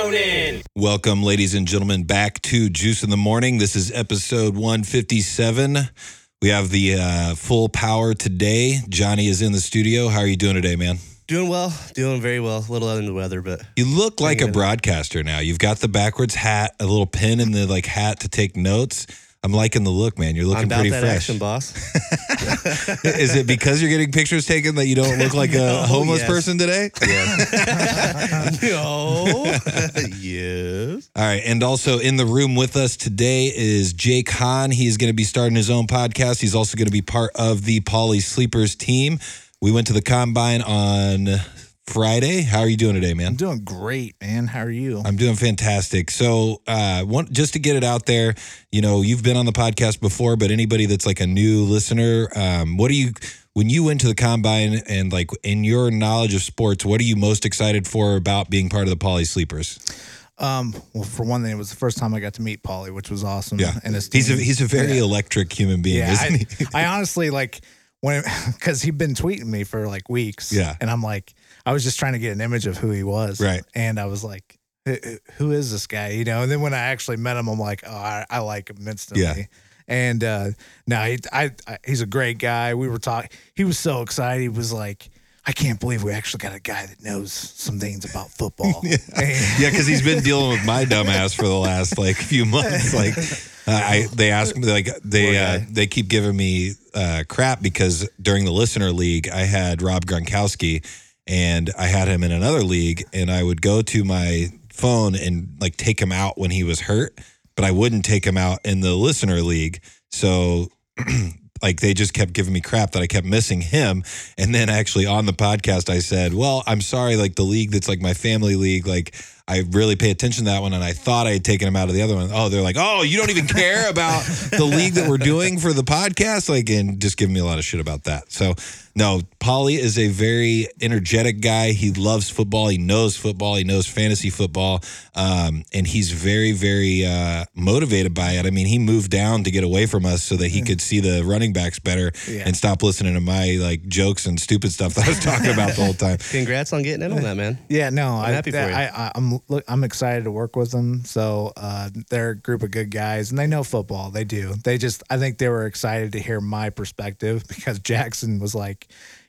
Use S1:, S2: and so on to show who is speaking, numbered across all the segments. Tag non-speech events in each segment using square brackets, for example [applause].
S1: morning.
S2: Welcome, ladies and gentlemen, back to Juice in the Morning. This is episode 157. We have the uh, full power today. Johnny is in the studio. How are you doing today, man?
S1: Doing well, doing very well. A little out in the weather, but
S2: You look like a
S1: Yeah.
S2: broadcaster now. You've got the backwards hat, a little pin in the like hat to take notes. I'm liking the look, man. You're
S1: I'm
S2: looking
S1: about
S2: pretty
S1: that
S2: fresh.
S1: action, boss.
S2: [laughs]
S1: [laughs]
S2: is it because you're getting pictures taken that you don't
S1: [laughs]
S2: look like
S1: No,
S2: a homeless
S1: yes.
S2: person today?
S1: Yes. no. yes.
S2: All right. And also in the room with us today is Jake Hahn. He is going to be starting his own podcast. He's also going to be part of the Poly Sleepers team. We went to the combine on Friday. How are you doing today,
S3: I'm
S2: man?
S3: doing great, man. How are you?
S2: I'm doing fantastic. So, uh, one, just to get it out there, you know, you've been on the podcast before, but anybody that's like a new listener, um, what do you, when you went to the combine and like in your knowledge of sports, what are you most excited for about being part of the Poly Sleepers?
S3: Um, well, for one thing, it was the first time I got to meet Polly, which was awesome.
S2: Yeah.
S3: and his
S2: He's a,
S3: team.
S2: he's a very electric human being,
S3: yeah.
S2: isn't he?
S3: I, I honestly like [laughs] when because he'd been tweeting me for like weeks.
S2: Yeah.
S3: and I'm like, I was just trying to get an image of who he was.
S2: Right.
S3: and I was like, "Who- who- who is this guy? You know. And then when I actually met him, I'm like, oh, I, I like him instantly.
S2: Yeah.
S3: And uh, no, he, I, I he's a great guy. We were talking. He was so excited. He was like. I can't believe we actually got a guy that knows some things about football. And-
S2: [laughs] Yeah, because he's been dealing with my dumbass for the last like few months. Like, uh, I they ask me like they uh, they keep giving me uh, crap because during the listener league I had Rob Gronkowski and I had him in another league and I would go to my phone and like take him out when he was hurt, but I wouldn't take him out in the listener league. So like they just kept giving me crap that I kept missing him. And then actually on the podcast, I said, Well, I'm sorry, like the league that's like my family league, like I really pay attention to that one. And I thought I had taken him out of the other one. Oh, they're like, Oh, you don't even care about the league that we're doing for the podcast? Like, and just giving me a lot of shit about that. So, no, Polly is a very energetic guy. He loves football. He knows football. He knows fantasy football. Um, and he's very, very uh, motivated by it. I mean, he moved down to get away from us so that he could see the running backs better
S3: Yeah.
S2: and stop listening to my like jokes and stupid stuff that I was talking about the whole
S3: [laughs]
S2: time.
S1: Congrats on getting in on that, man.
S3: Yeah, no, I'm
S1: happy for you.
S3: I, I, I'm look, I'm excited to work with them. So uh, they're a group of good guys, and they know football. They do. They just, I think they were excited to hear my perspective [laughs] because Jackson was like,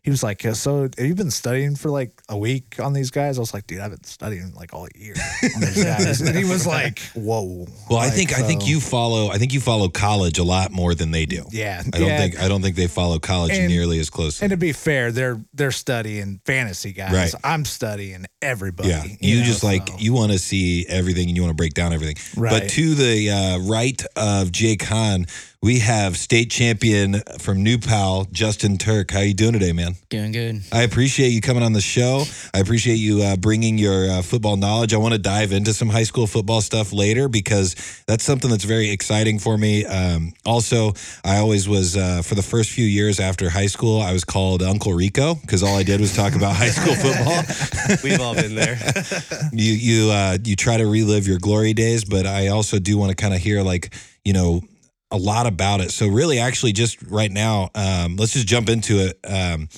S3: he was like, so have you been studying for like a week on these guys? I was like, dude, I've been studying like all year
S2: [laughs]
S3: on these guys, and he was like, whoa.
S2: Well, I
S3: Like,
S2: think I think
S3: so-
S2: you follow I think you follow college a lot more than they do.
S3: Yeah,
S2: I don't
S3: yeah.
S2: think I don't think they follow college
S3: And-
S2: nearly as closely.
S3: And to be fair, they're they're studying fantasy guys.
S2: Right.
S3: I'm studying everybody.
S2: Yeah, you,
S3: know,
S2: just like
S3: so-
S2: you want to see everything and you want to break down everything. But
S3: Right.
S2: to the uh, right of Jake Hahn, we have state champion from New Pal, Justin Turk. How you doing today, man?
S4: Doing good.
S2: I appreciate you coming on the show. I appreciate you uh, bringing your uh, football knowledge. I want to dive into some high school football stuff later because that's something that's very exciting for me. Um, also, I always was, uh, for the first few years after high school, I was called Uncle Rico because all I did was talk about high school
S3: [laughs]
S2: football.
S1: We've all been
S4: [laughs]
S1: there.
S2: you you uh, you try to relive your glory days, but I also do want to kind of hear like you know a lot about it. So really, actually, just right now, um, let's just jump into it. Um,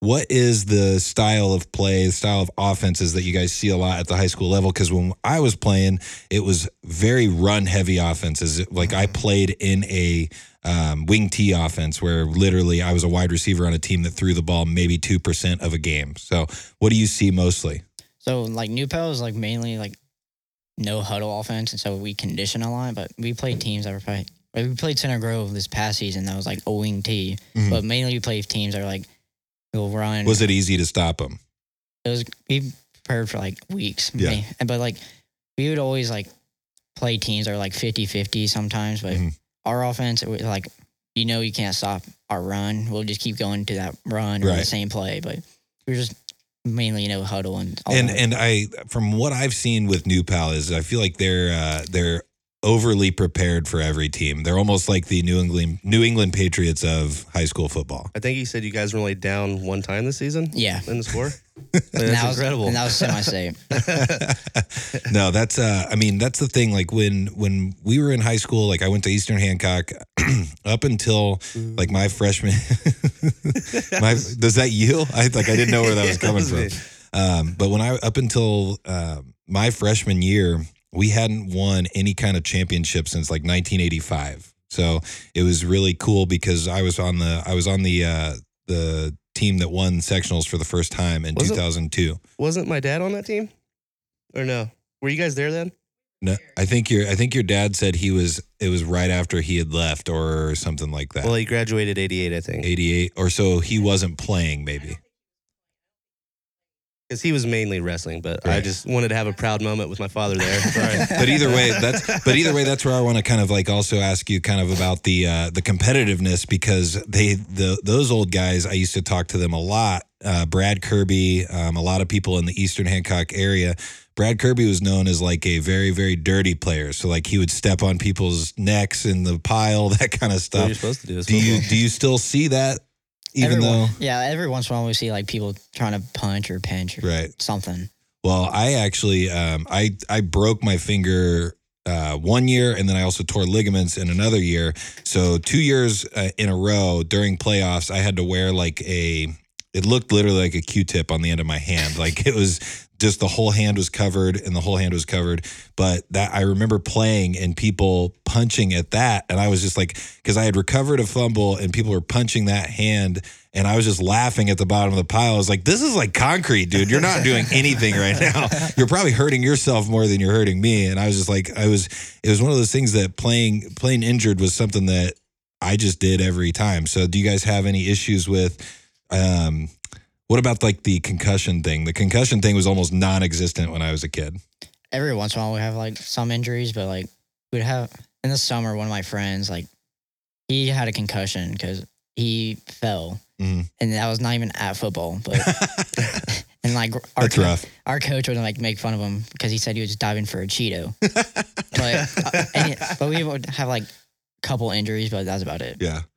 S2: what is the style of play, the style of offenses that you guys see a lot at the high school level? Because when I was playing, it was very run heavy offenses. Like I played in a um, wing T offense where literally I was a wide receiver on a team that threw the ball maybe 2% of a game. So what do you see mostly?
S4: So like New Pal is like mainly like no huddle offense, and so we condition a lot. But we played teams that were probably like, we played Center Grove this past season that was like O wing T,
S2: Mhm.
S4: but mainly we played teams that are like will run.
S2: was it easy to stop him?
S4: it was we prepared for like weeks.
S2: Yeah.
S4: ma- and- But like we would always like play teams that are like 50-50 sometimes, but
S2: Mhm.
S4: our offense it was like you know you can't stop our run. We'll just keep going to that run or the
S2: Right.
S4: same play. But we were just mainly, you know, huddle and all
S2: And
S4: that.
S2: and I, from what I've seen with New Pal, is I feel like they're uh, they're overly prepared for every team. They're almost like the New England New England Patriots of high school football.
S1: I think you said you guys were only down one time this season
S4: yeah.
S1: in
S2: [laughs]
S1: the score.
S4: And
S1: That's
S4: that was,
S1: incredible.
S4: And that was semi-safe.
S2: no, that's uh I mean that's the thing like when when we were in high school like I went to Eastern Hancock [clears throat] up until like my freshman [laughs] my does that you? I like I didn't know where that was
S1: [laughs] Yeah,
S2: coming
S1: that was
S2: from.
S1: me.
S2: Um but when I up until um my freshman year, we hadn't won any kind of championship since like 1985. So it was really cool because I was on the I was on the uh, the team that won sectionals for the first time in
S1: Was it-
S2: 2002.
S1: Wasn't my dad on that team? Or no? Were you guys there then?
S2: No, I think your I think your dad said he was it was right after he had left or something like that.
S1: Well, he graduated 88, I think.
S2: 88 or so he wasn't playing maybe.
S1: Because he was mainly wrestling, but I
S2: Right.
S1: just wanted to have a proud moment with my father
S2: [laughs]
S1: there. Sorry.
S2: But either way, that's but either way that's where I want to kind of like also ask you kind of about the uh the competitiveness because they the those old guys I used to talk to them a lot. Uh Brad Kirby, um a lot of people in the Eastern Hancock area Brad Kirby was known as like a very, very dirty player. So like he would step on people's necks in the pile, [laughs] that kind of
S1: What are
S2: stuff.
S1: you supposed to do? It's
S2: Do you
S1: [laughs] football.
S2: do you still see that? [laughs] Even
S4: every
S2: though
S4: one- yeah, every once in a while we see like people trying to punch or pinch or
S2: Right.
S4: something.
S2: Well, I actually um, I I broke my finger uh, one year, and then I also tore ligaments in another year. So two years uh, in a row during playoffs, I had to wear like a. It looked literally like a Q-tip on the end of my hand. Like it was just the whole hand was covered, and the whole hand was covered. But that I remember playing and people punching at that, and I was just like, because I had recovered a fumble, and people were punching that hand, and I was just laughing at the bottom of the pile. I was like, this is like concrete, dude. You're not doing anything right now. You're probably hurting yourself more than you're hurting me. And I was just like, I was, it was one of those things that playing, playing injured was something that I just did every time. So do you guys have any issues with, um, what about like the concussion thing? The concussion thing was almost non existent when I was a kid.
S4: Every once in a while we have like some injuries, but like we'd have in the summer one of my friends like he had a concussion because he fell,
S2: Mhm.
S4: and that was not even at football,
S2: [laughs]
S4: but. [laughs] And like our
S2: That's
S4: co-
S2: rough.
S4: our coach would like make fun of him because he said he was diving for
S2: [laughs]
S4: a Cheeto. but uh, and- but we would have like a couple injuries, but that's about it.
S2: Yeah.
S1: [laughs]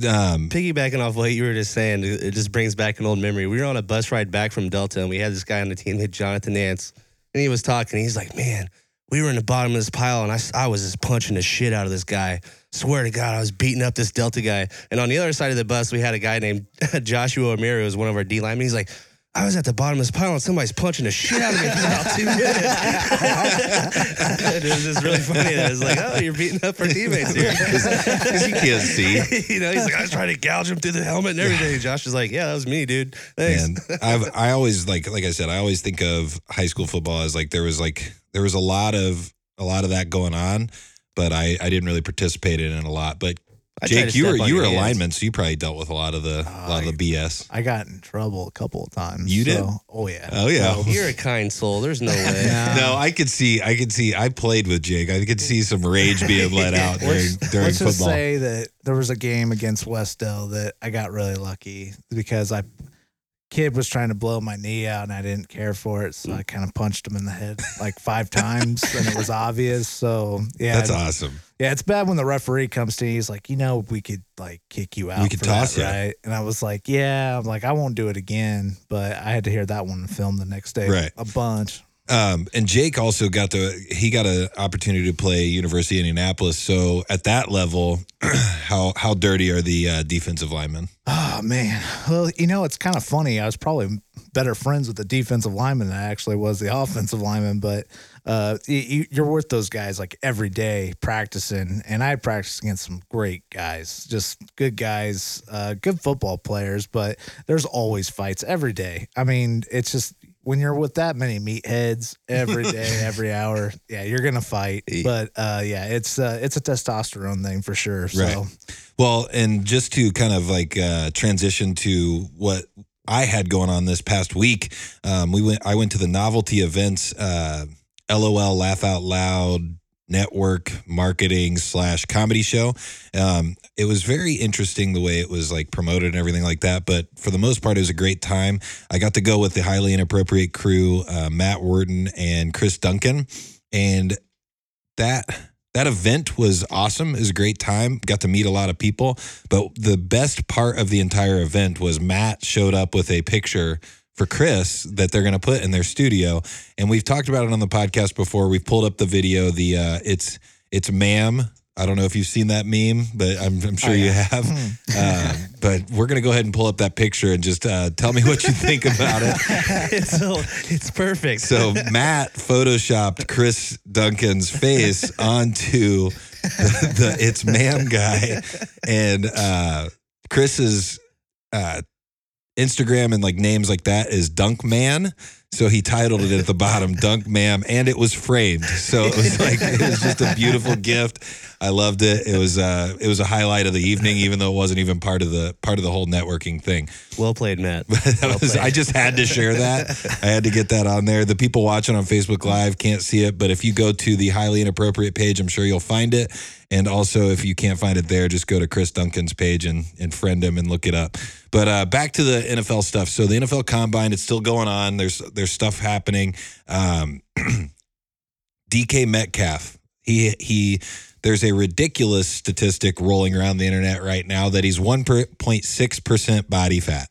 S2: Um,
S1: Piggybacking off what you were just saying, it it just brings back an old memory. We were on a bus ride back from Delta, and we had this guy on the team named Jonathan Nance, and he was talking. He's like, "Man, we were in the bottom of this pile, and I, s- I was just punching the shit out of this guy. Swear to God, I was beating up this Delta guy." And on the other side of the bus, we had a guy named [laughs] Joshua O'Meara, who was one of our D linemen. He's like. I was at the bottom of this pile and somebody's punching the shit out of me for about two minutes. [laughs] it was just really funny. It was like, oh, you're beating up our
S2: [laughs]
S1: teammates here.
S2: because you can't see.
S1: [laughs] you know, he's like, I was trying to gouge him through the helmet and everything. Josh is like, Yeah, that was me, dude. Thanks.
S2: Man, I've I always like like I said, I always think of high school football as like there was like there was a lot of a lot of that going on, but I I didn't really participate in it a lot. But
S1: I tried
S2: Jake,
S1: to
S2: you were
S1: step on
S2: you were
S1: your hands.
S2: alignment, so you probably dealt with a lot of the a lot of the BS.
S3: I got in trouble a couple of times.
S2: You
S3: so-
S2: did?
S3: Oh yeah.
S2: Oh yeah.
S1: You're a kind soul.
S2: [laughs]
S1: There's no way.
S3: Nah.
S2: No, I could see. I could see. I played with Jake. I could see some rage being
S1: [laughs]
S2: let out during
S3: Let's-
S2: during
S3: let's just
S2: football.
S3: say that there was a game against Westdale that I got really lucky because I kid was trying to blow my knee out and I didn't care for it, so I kind of punched him in the head like
S2: [laughs]
S3: five times and it was obvious. So yeah,
S2: That's
S3: it-
S2: awesome.
S3: yeah, it's bad when the referee comes to you. He's like, you know, we could like kick you out.
S2: We could
S3: for
S2: toss
S3: that,
S2: you.
S3: right? And I was like, yeah. I'm like, I won't do it again. But I had to hear that one in film the next day,
S2: Right.
S3: A bunch.
S2: Um, and Jake also got the he got an opportunity to play University of Indianapolis. So at that level, [clears throat] how how dirty are the uh, defensive linemen?
S3: Oh man. Well, you know, it's kind of funny. I was probably better friends with the defensive lineman than I actually was the [laughs] offensive lineman, but uh, y- you, you're with those guys like every day practicing, and I practiced against some great guys, just good guys, uh, good football players. But there's always fights every day. I mean, it's just when you're with that many meatheads every day, every hour, yeah, you're gonna fight. But uh, yeah, it's uh, it's a testosterone thing for sure. So.
S2: Right. Well, and just to kind of like uh, transition to what I had going on this past week, um, we went. I went to the novelty events, uh, LOL, Laugh Out Loud network marketing slash comedy show. Um, it was very interesting the way it was like promoted and everything like that. But for the most part, it was a great time. I got to go with the highly inappropriate crew, uh, Matt Wharton and Chris Duncan, and that that event was awesome. It was a great time. Got to meet a lot of people. But the best part of the entire event was Matt showed up with a picture for Chris that they're going to put in their studio. And we've talked about it on the podcast before. We've pulled up the video. The uh, it's it's ma'am. I don't know if you've seen that meme, but I'm, I'm sure you have. uh, but we're going to go ahead and pull up that picture and just uh, tell me what you think about it.
S1: [laughs] it's, so, it's perfect.
S2: So Matt photoshopped Chris Duncan's face onto the, the it's ma'am guy, and uh, Chris's uh, Instagram and like names like that is Dunk Man. So he titled it at the bottom Dunk Ma'am, and it was framed. So it was like it was just a beautiful gift. I loved it. It was uh, it was a highlight of the evening, even though it wasn't even part of the part of the whole networking thing.
S1: well played, Matt.
S2: [laughs] That was, I just had to share that. I had to get that on there. The people watching on Facebook Live can't see it, but if you go to the highly inappropriate page, I'm sure you'll find it. And also, if you can't find it there, just go to Chris Duncan's page and, and friend him and look it up. But uh, back to the NFL stuff. So the NFL Combine, it's still going on. There's there's stuff happening. Um, [clears throat] DK Metcalf, he he. There's a ridiculous statistic rolling around the internet right now that he's 1.6% body fat.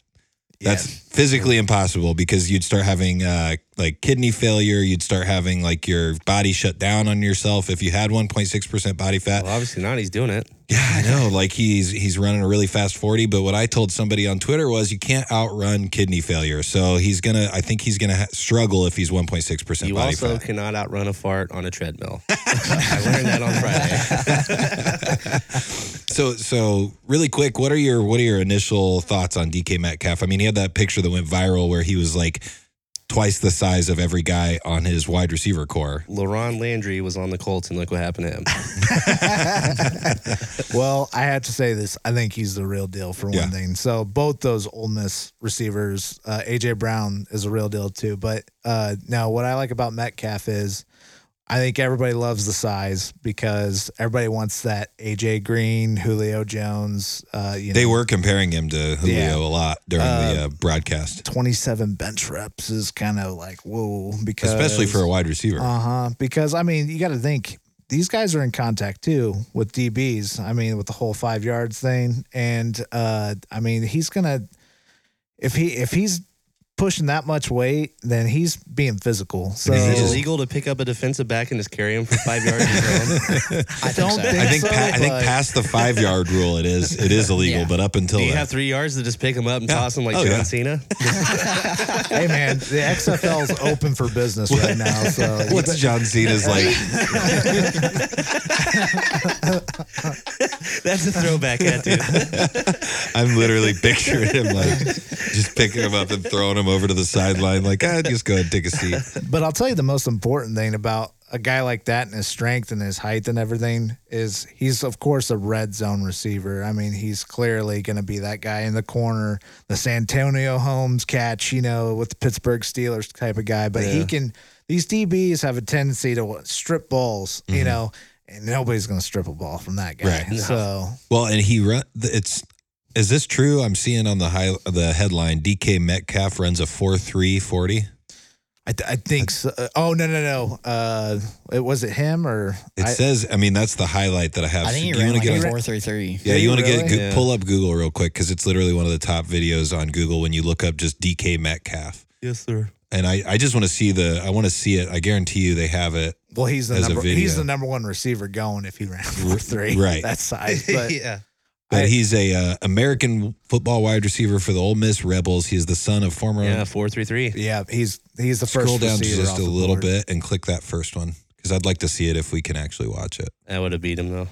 S2: That's physically impossible because you'd start having uh, like kidney failure. You'd start having like your body shut down on yourself if you had 1.6% body fat.
S1: Well, obviously not. He's doing it.
S2: Yeah, I know. Like he's he's running a really fast 40. But what I told somebody on Twitter was you can't outrun kidney failure. So he's gonna. I think he's gonna ha- struggle if he's 1.6%
S1: You
S2: body
S1: also
S2: fat.
S1: cannot outrun a fart on a treadmill. [laughs] I learned that on Friday.
S2: So so really quick, what are your what are your initial thoughts on DK Metcalf? I mean, he had that picture that went viral where he was like twice the size of every guy on his wide receiver core.
S1: LaRon Landry was on the Colts, and look what happened to him.
S3: Well, I have to say this. I think he's the real deal for one
S2: Yeah.
S3: thing. So both those Ole Miss receivers, uh, AJ Brown is a real deal too. But uh, now, what I like about Metcalf is, I think everybody loves the size because everybody wants that AJ Green, Julio Jones. Uh, you know,
S2: They were comparing him to Julio
S3: Yeah.
S2: a lot during the uh, broadcast,
S3: 27 bench reps is kind of like whoa because
S2: especially for a wide receiver.
S3: Uh huh. Because I mean, you got to think these guys are in contact too with DBs. I mean, with the whole five yards thing, and uh, I mean, he's gonna if he if he's pushing that much weight, then he's being physical. So
S1: Is it illegal to pick up a defensive back and just carry him for five
S2: [laughs]
S1: yards? on your own?
S4: I don't think. so.
S2: I think
S3: so,
S2: pa- I think
S3: but-
S2: past the five yard rule, it is it is illegal.
S4: Yeah.
S2: But up until
S1: Do you
S2: that-
S1: have three yards to just pick him up and
S2: Yeah.
S1: toss him like
S2: Oh,
S1: John
S2: yeah.
S1: Cena? [laughs]
S3: hey man, the XFL is open for business right now. So you
S2: what's John Cena's like?
S4: [laughs]
S1: That's a
S2: [laughs]
S1: throwback attitude.
S2: I'm literally picturing him like just picking him up and throwing him over to the sideline, like ah, just go ahead and take a seat.
S3: But I'll tell you the most important thing about a guy like that and his strength and his height and everything is he's of course a red zone receiver. I mean, he's clearly going to be that guy in the corner, the Santonio Holmes catch, you know, with the Pittsburgh Steelers type of guy. But he can. These DBs have a tendency to strip balls, you know, and nobody's going to strip a ball from that guy.
S2: Right. No.
S3: So
S2: Well, and he run. It's is this true? I'm seeing on the high the headline DK Metcalf runs a four three forty.
S3: I, th- I think. So. Oh no no no! Uh, it was it him or
S2: It
S3: I-
S2: says, I mean, that's the highlight that I have.
S4: I think
S2: Do you
S4: he ran
S2: wanna
S4: like
S2: get on-
S4: a four three
S2: [laughs]
S4: three. [laughs]
S2: Yeah,
S3: Did
S2: you
S3: he
S2: want to get
S3: really?
S2: Go-
S1: Yeah.
S2: pull up Google real quick because it's literally one of the top videos on Google when you look up just DK Metcalf.
S1: yes, sir.
S2: And I, I just want to see the I want to see it. I guarantee you they have it.
S3: Well, he's the
S2: as a
S3: number
S2: video.
S3: he's the number one receiver going if he ran for three.
S2: right.
S3: [laughs] that size.
S2: [laughs]
S1: [laughs]
S3: But
S1: yeah.
S2: But
S3: I-
S2: he's a uh, American football wide receiver for the Ole Miss Rebels. He is the son of former.
S1: Yeah, four three three.
S3: yeah, he's he's the first.
S2: Scroll down
S3: receiver
S2: just
S3: off
S2: a
S3: the
S2: little
S3: board.
S2: bit and click that first one because I'd like to see it if we can actually watch it.
S1: That would have beat him though.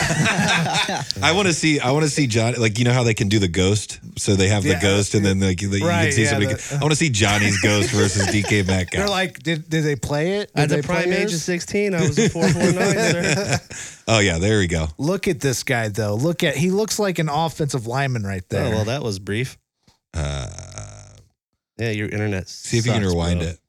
S2: I want to see. I want to see John. Like you know how they can do the ghost, so they have the
S3: Yeah.
S2: ghost, and then like you can
S3: Right,
S2: see
S3: yeah,
S2: somebody.
S3: the-
S2: I want to see Johnny's ghost versus
S3: [laughs]
S2: DK
S3: They're
S2: Metcalf.
S3: like, did did they play it? Did
S1: At the
S3: they play
S1: prime age
S3: yours?
S1: of sixteen, I was a four four
S2: [laughs]
S1: nine, sir.
S2: oh yeah, there we go.
S3: Look at this guy though. Look at he looks like an offensive lineman right
S1: Oh
S3: there.
S1: well, that was brief.
S2: Uh,
S1: Yeah, your internet.
S2: See if you can
S1: sucks,
S2: rewind
S1: bro.
S2: it.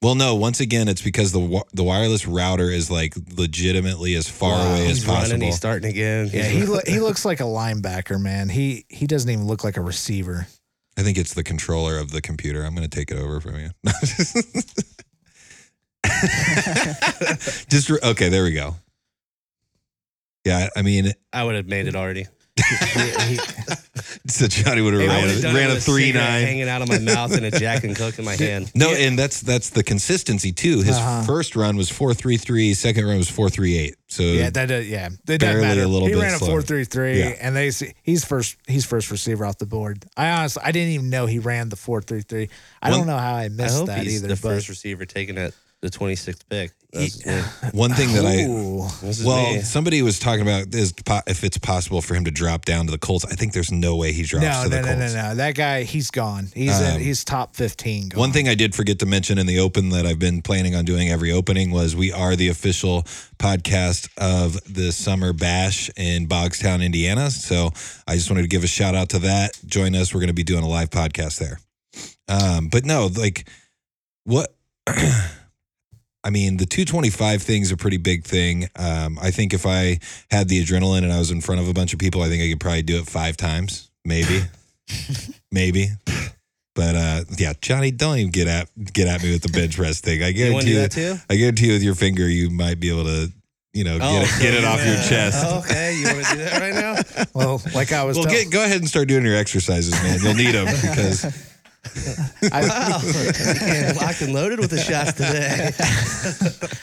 S2: Well, no. Once again, it's because the wi- the wireless router is like legitimately as far
S3: Wow.
S2: away as
S1: He's running.
S2: possible.
S1: He's starting again.
S3: yeah, he lo- he looks like a linebacker, man. He he doesn't even look like
S2: [laughs]
S3: a receiver.
S2: I think it's the controller of the computer. I'm going to take it over from you. [laughs] Just re- okay. There we go. Yeah, I mean,
S1: I would have made it already.
S3: He- he-
S2: So Johnny would have
S1: I
S2: ran,
S1: would've
S2: a-
S1: done it
S2: ran a
S1: with
S2: three
S1: cigarette
S2: nine.
S1: hanging out of my mouth and a Jack and Coke in my hand.
S2: No, and that's that's the consistency too. His
S3: Uh-huh.
S2: first run was four three three, second run was four three eight. So
S3: Yeah, that does, yeah, it doesn't
S2: Barely
S3: matter.
S2: a little
S3: he
S2: bit
S3: ran a
S2: slower.
S3: four three three,
S2: Yeah.
S3: and they see- he's first he's first receiver off the board. I honestly I didn't even know he ran the four three three. I
S2: One-
S3: don't know how I
S1: I
S3: missed
S1: hope
S3: that
S1: he's
S3: either.
S1: the
S3: but,
S1: first receiver taken at the 26th pick. That's me.
S2: one thing that I
S3: Ooh.
S1: This is
S2: well,
S1: me.
S2: somebody was talking about is po- if it's possible for him to drop down to the Colts. I think there's no way he drops
S3: no,
S2: to
S3: no,
S2: the
S3: no,
S2: Colts. Um,
S3: no, no. That guy, he's gone. He's in, he's top fifteen. Gone. [laughs]
S2: One thing I did forget to mention in the open that I've been planning on doing every opening was we are the official podcast of the Summer Bash in Bogstown, Indiana. So I just wanted to give a shout out to that. Join us. We're going to be doing a live podcast there. Um, but no, like what? [clears throat] I mean, the 225 thing's a pretty big thing. Um, I think if I had the adrenaline and I was in front of a bunch of people, I think I could probably do it five times,
S1: [laughs]
S2: maybe, maybe. But uh, yeah, Johnny, don't even get at get at me with the bench press thing. I
S1: [laughs] you want to
S2: guarantee
S1: do
S2: you,
S1: that too?
S2: I guarantee you, with your finger, you might be able to, you know,
S1: Oh,
S2: get it,
S1: [laughs]
S2: get it off your chest.
S1: Okay, you want to
S3: [laughs]
S1: do that right now?
S2: [laughs]
S3: Well, like I was.
S2: Well,
S3: tell-
S2: get, go ahead and start doing your exercises, man. You'll need them
S1: [laughs]
S2: because [laughs]
S1: Wow. Man, [laughs] locked and loaded with the shots today.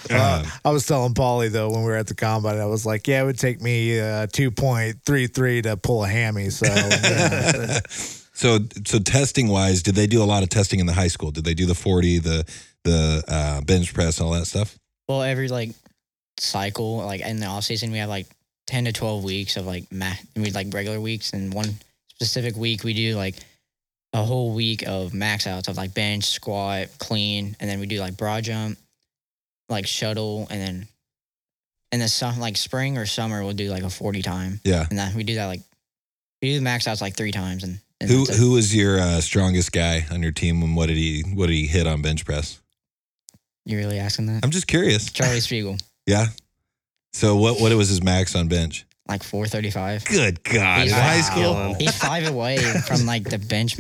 S3: Uh, I was telling Paulie though when we were at the combine, I was like, "Yeah, it would take me uh, two point three three to pull a hammy." So [laughs] yeah.
S2: So so testing wise, did they do a lot of testing in the high school? Did they do the forty, the the uh, bench press, all that stuff?
S4: Well, every like cycle, like in the off season, we have like ten to twelve weeks of like math. and We like regular weeks, and one specific week we do like a whole week of max outs of like bench, squat, clean, and then we do like broad jump, like shuttle, and then in the sum like spring or summer we'll do like a forty time,
S2: Yeah.
S4: and that we do that like we do the max outs like three times, and, and
S2: Who
S4: that's it.
S2: who was your uh, strongest guy on your team, and what did he what did he hit on bench press?
S4: you really asking that?
S2: I'm just curious.
S4: Charlie Spiegel,
S2: Yeah. So what what was his max on bench?
S4: like four thirty five.
S2: Good God,
S4: He's
S2: high
S4: like-
S2: school
S1: Um,
S4: He's five
S2: [laughs]
S4: away from like the bench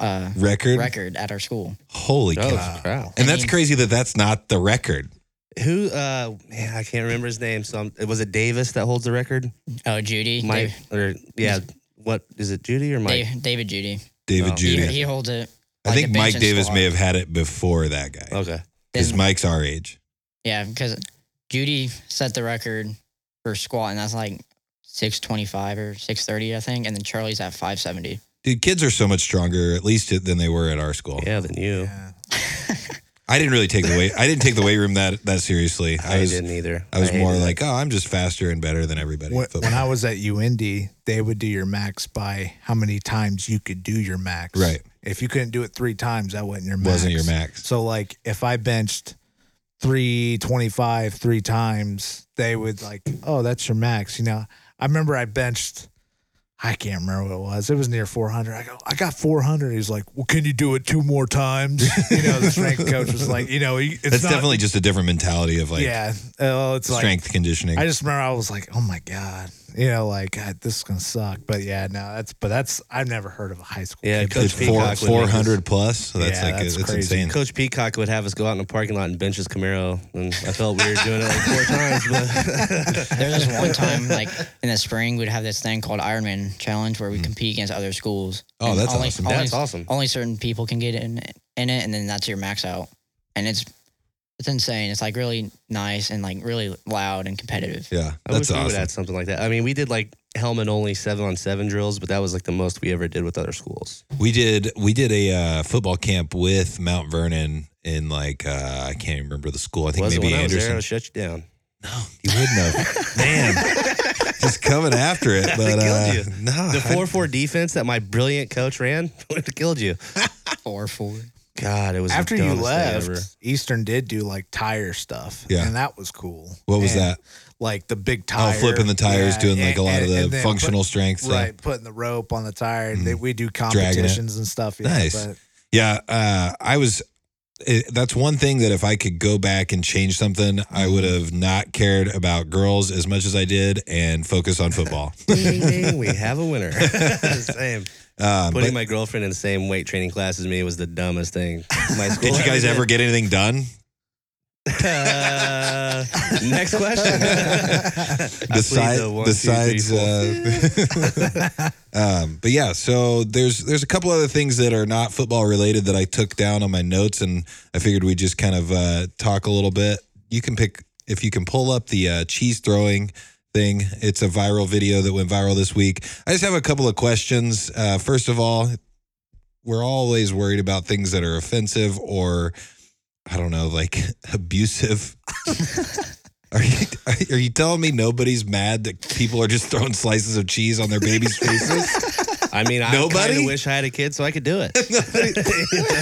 S4: uh,
S2: record.
S4: record at our school.
S2: Holy cow!
S1: Oh, crap.
S2: And
S4: I
S2: that's
S4: mean-
S2: crazy that that's not the record.
S1: Who? Uh, man, I can't remember his name. So I'm, was it Davis that holds the record?
S4: Oh, Judy,
S1: Mike
S4: Dave-
S1: or yeah, what is it? Judy or Mike?
S4: Dave- David Judy.
S2: David
S1: Oh.
S2: Judy.
S4: He, he holds it.
S2: I
S4: like
S2: think
S4: a bench
S2: Mike
S4: and
S2: Davis
S4: squat.
S2: may have had it before that guy.
S1: Okay.
S2: Because
S4: Then-
S2: Mike's our age.
S4: Yeah, because Judy set the record for squat, and that's like six twenty five or six thirty, I think. And then Charlie's at five seventy.
S2: Dude, kids are so much stronger, at least than they were at our school.
S1: Yeah, than you.
S2: I didn't really take the weight. I didn't take the weight room that that seriously. I,
S1: [laughs] I,
S2: was
S1: didn't either.
S2: I was
S1: hated
S2: more
S1: it.
S2: like, oh, I'm just faster and better than everybody.
S3: when,
S2: at
S3: when
S2: football.
S3: I was at UND, they would do your max by how many times you could do your max.
S2: Right.
S3: If you couldn't do it three times, that wasn't your max.
S2: wasn't your max.
S3: So like if I benched 325 three times, they would like, "Oh, that's your max." You know, I remember I benched I can't remember what it was. It was near 400. I go, I got 400. He's like, well, can you do it two more times? You know, the strength coach was like, you know, it's
S2: That's
S3: not-
S2: definitely just a different mentality of like
S3: yeah. Oh, it's like
S2: strength conditioning.
S3: I just remember I was like, oh my god, you know, like God, this is gonna suck. But yeah, no, that's but that's I've never heard of a high school.
S1: Yeah,
S3: kid
S1: Coach
S2: It's
S3: before.
S2: four,
S1: Peacock would make
S2: four hundred plus. So that's
S3: Yeah,
S2: like
S3: that's
S2: that's
S3: crazy.
S2: insane.
S3: [laughs]
S1: Coach Peacock would have us go out in the parking lot and bench his Camaro, and I felt weird doing it like
S2: [laughs]
S1: four times. But
S4: There was this one time, like in the spring, we'd have this thing called Ironman Challenge where we
S2: Hmm.
S4: compete against other schools.
S2: Oh,
S4: And
S2: that's
S4: only,
S2: awesome.
S4: Only,
S1: that's awesome.
S4: only certain people can get in in it, and then that's your max out. And it's it's insane. It's like really nice and like really loud and competitive.
S1: [laughs]
S2: Yeah,
S1: I
S2: that's
S1: wish we would
S2: awesome.
S1: add something like that. I mean, we did like helmet only seven on seven drills, but that was like the most we ever did with other schools.
S2: We did we did a uh, football camp with Mount Vernon in like uh, I can't remember the school. I think
S1: was
S2: maybe
S1: it when I was there, I
S2: Anderson.
S1: would shut you down.
S2: no, [gasps] you wouldn't have.
S1: [laughs]
S2: Man, just coming after it. But uh,
S1: Killed you.
S2: no,
S1: The
S2: I-
S1: four four defense that my brilliant coach ran [laughs] would have killed you.
S4: Four four.
S1: God, it was the
S3: After you
S1: dumbest thing ever.
S3: left, Eastern did do like tire stuff.
S2: Yeah.
S3: and that was cool.
S2: What was
S3: And,
S2: that?
S3: Like the big
S2: Oh,
S3: tire.
S2: flipping the tires,
S3: Yeah,
S2: doing like a
S3: and-
S2: lot
S3: and-
S2: of
S3: and
S2: the
S3: then
S2: functional strength.
S3: Put,
S2: stuff.
S3: right, putting the rope on the tire. and They, we do
S2: it.
S3: competitions and stuff. Yeah,
S2: Nice.
S3: But
S2: Yeah, uh, I was. It, that's one thing that if I could go back and change something, I
S3: Mm-hmm.
S2: would have not cared about girls as much as I did and focus
S3: [laughs]
S2: on football.
S1: ding, ding, ding, we have
S2: [laughs]
S1: a winner. same.
S2: Um,
S1: Putting
S2: but
S1: my girlfriend in the same weight training class as me was the dumbest thing. My school
S2: did you guys
S1: did.
S2: ever get anything done?
S1: [laughs] Uh, next
S2: [laughs]
S1: question.
S2: Besides,
S1: the one, two, three,
S2: besides, uh, [laughs] um, but yeah. So there's there's a couple other things that are not football related that I took down on my notes, and I figured we just kind of uh, talk a little bit. You can pick if you can pull up the uh, cheese throwing thing. It's a viral video that went viral this week. I just have a couple of questions. Uh, first of all, we're always worried about things that are offensive or I don't know, like [laughs] abusive. Are you are you telling me nobody's mad that people are just throwing slices of cheese on their
S1: [laughs]
S2: babies' faces?
S1: I mean, I
S2: Nobody?
S1: kind of wish I had a kid so I could do it.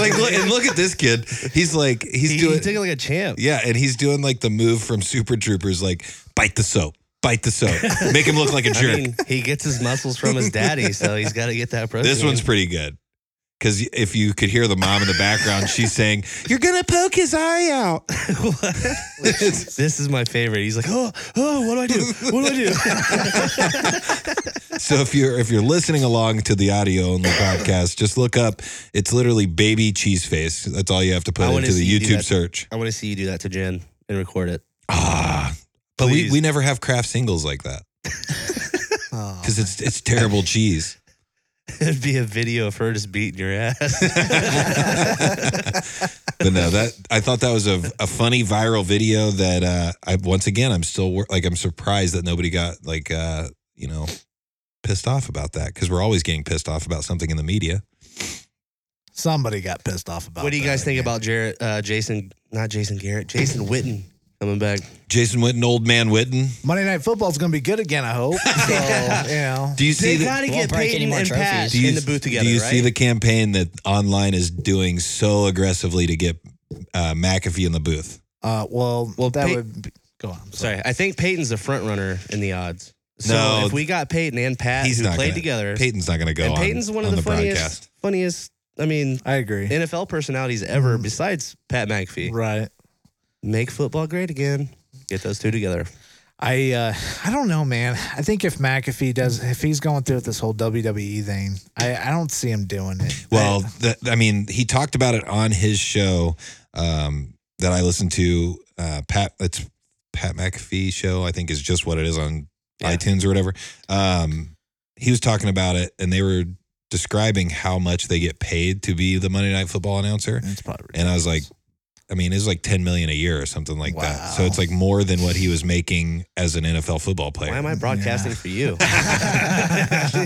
S2: like, look, and look at this kid. He's like, [laughs] he's
S1: He, he
S2: doing,
S1: took it like a champ.
S2: yeah, and he's doing like the move from Super Troopers, like bite the soap, bite the soap, make him look like a
S1: [laughs] I
S2: jerk.
S1: mean, he gets his muscles from his daddy, so he's got to get that protein.
S2: This one's pretty good. Because if you could hear the mom in the background, she's saying, You're going to poke his eye out.
S1: [laughs] this is my favorite. He's like, oh, oh, what do I do? What do I do? [laughs]
S2: So if you're if you're listening along to the audio only podcast, just look up. It's literally baby cheese face. That's all you have to put
S1: I wanna
S2: into the
S1: see you do
S2: YouTube
S1: that.
S2: search.
S1: I want to see you do that to Jen and record it. [laughs]
S2: Ah, but we,
S1: Please.
S2: we never have craft singles like
S1: [laughs]
S2: that
S3: Oh.
S2: because it's it's terrible cheese.
S1: [laughs] It'd be a video of her just beating your ass.
S2: But no, that I thought that was a, a funny viral video that uh, I once again I'm still wor- like I'm surprised that nobody got like uh, you know pissed off about that because we're always getting pissed off about something in the media.
S3: Somebody got pissed off
S1: [laughs]
S3: about
S1: what do you
S3: that
S1: guys think
S3: again.
S1: about Jarrett, uh, Jason, not Jason Garrett, Jason Witten coming back?
S2: Jason Witten, old man Witten.
S3: Monday Night Football's going to be good again, I hope.
S1: [laughs]
S3: So, you know.
S2: Do you see that?
S1: They got to get
S4: Won't break any
S1: Peyton
S4: more
S1: and
S4: trophies.
S1: Pat
S2: Do you-
S1: in the booth together,
S2: Do you
S1: right?
S2: see the campaign that online is doing so aggressively to get uh, McAfee in the booth?
S3: Uh, well,
S1: Well,
S3: that
S1: Pey-
S3: would be, go on. I'm sorry.
S1: Sorry, I think Peyton's the front runner in the odds. So
S2: No.
S1: if we got Peyton and Pat
S2: He's
S1: who
S2: not
S1: played
S2: gonna-
S1: together,
S2: Peyton's not going to go
S1: and
S2: on,
S1: Peyton's one
S2: on
S1: of the,
S2: the broadcast.
S1: funniest, funniest. I mean,
S3: I agree.
S1: NFL personalities ever besides Pat McAfee.
S3: Right.
S1: Make football great again. Get those two together.
S3: I uh, I don't know, man. I think if McAfee does, if he's going through with this whole WWE thing, I, I don't see him doing it.
S2: Well, that, I mean, he talked about it on his show um, that I listened to. Uh, Pat, it's Pat McAfee show. I think is just what it is on
S1: Yeah.
S2: iTunes or whatever. Um, he was talking about it, and they were describing how much they get paid to be the Monday Night Football announcer. [laughs]
S3: it's probably
S2: And I was like, I mean, it's like ten million a year or something like that. So
S3: Wow.
S2: it's like more than what he was making as an NFL football player.
S1: Why am I broadcasting for [laughs] you?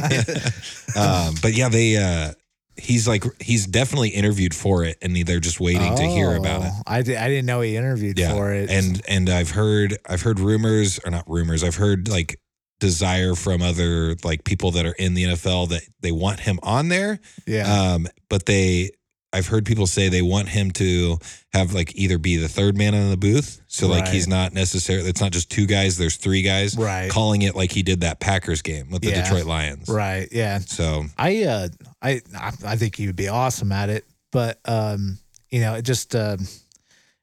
S2: um, but yeah, they uh, he's like he's definitely interviewed for it, and they're just waiting to hear about it.
S3: Oh, I, di- I didn't know he interviewed
S2: Yeah,
S3: for it.
S2: And and I've heard I've heard rumors or not rumors. I've heard like desire from other like people that are in the NFL that they want him on there.
S3: yeah,
S2: Um, but they, I've heard people say they want him to have like either be the third man in the booth, so like
S3: Right.
S2: he's not necessarily. It's not just two guys. There's three guys.
S3: right,
S2: Calling it like he did that Packers game with the
S3: Yeah.
S2: Detroit Lions.
S3: right, yeah.
S2: So
S3: I uh, I I I think he would be awesome at it, but um, you know, it just um,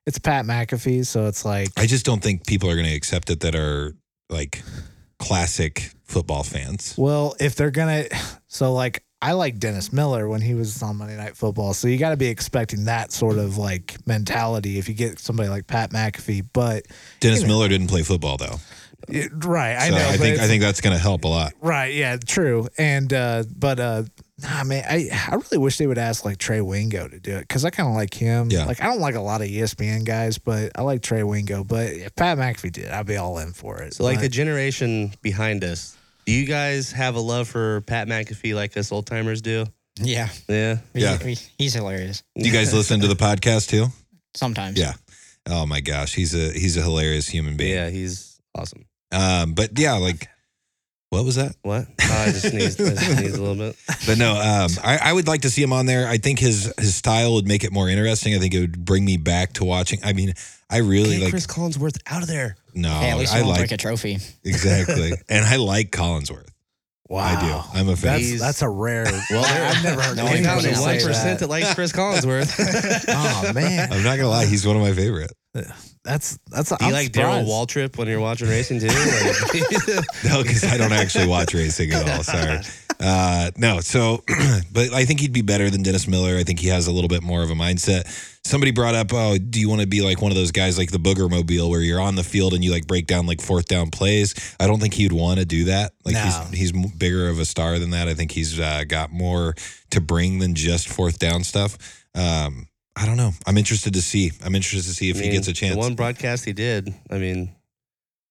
S3: it's Pat McAfee, so it's like
S2: I just don't think people are going to accept it that are like classic football fans.
S3: Well, if they're gonna, so like I like Dennis Miller when he was on Monday Night Football, so you got to be expecting that sort of like mentality if you get somebody like Pat McAfee. But
S2: Dennis
S3: You know.
S2: Miller didn't play football though, so
S3: it- right, I
S2: I,
S3: know. but
S2: think
S3: it's-
S2: I think that's going to help a lot.
S3: right, yeah, true. And uh, but uh, nah, man, I I really wish they would ask like Trey Wingo to do it because I kind of like him.
S2: Yeah.
S3: like I don't like a lot of E ESPN guys, but I like Trey Wingo. But if Pat McAfee did, I'd be all in for it.
S1: so, like
S3: But-
S1: the generation behind us, do you guys have a love for Pat McAfee like us old timers do?
S4: Yeah.
S1: Yeah.
S4: We-
S2: Yeah.
S4: we- he's hilarious.
S2: Do you guys listen to the podcast too?
S4: Sometimes.
S2: Yeah. Oh my gosh, he's a he's a hilarious human being.
S1: Yeah, he's awesome.
S2: Um, but yeah, like what was that?
S1: What? Oh, I just sneezed. I just sneezed a little bit.
S2: But no, um, I, I would like to see him on there. I think his his style would make it more interesting. I think it would bring me back to watching. I mean, I really
S1: Get
S2: like
S1: Chris Collinsworth out of there.
S2: no,
S4: Hey, at least
S2: Oh, I
S4: I won't
S2: like
S4: break a trophy.
S2: exactly, and I like Collinsworth.
S3: wow,
S2: I do. I'm a fan.
S3: That's
S1: He's-
S3: that's a rare. Well, I've never
S2: [laughs]
S3: heard
S4: No,
S1: Only
S4: he's
S1: down to
S3: anybody
S4: gonna
S1: one
S3: say that.
S1: percent that likes Chris [laughs] Collinsworth.
S3: Oh
S2: [laughs]
S3: man,
S2: I'm not gonna lie, he's one of my favorite.
S3: that's that's.
S1: Do you
S3: I'm
S1: like Daryl [laughs]
S3: surprised.
S1: Waltrip when you're watching racing too? Like-
S2: [laughs]
S1: [laughs]
S2: No, because I don't actually watch racing at all. Sorry, Uh, no, so, [clears throat] but I think he'd be better than Dennis Miller. I think he has a little bit more of a mindset. Somebody brought up, oh, do you want to be like one of those guys like the Booger Mobile where you're on the field and you like break down like fourth down plays? I don't think he'd want to do that. Like
S3: No.
S2: he's he's m- bigger of a star than that. I think he's uh, got more to bring than just fourth down stuff. Um, I don't know. I'm interested to see. I'm interested to see if
S1: I
S2: he
S1: mean,
S2: gets a chance.
S1: The one broadcast he did, I mean,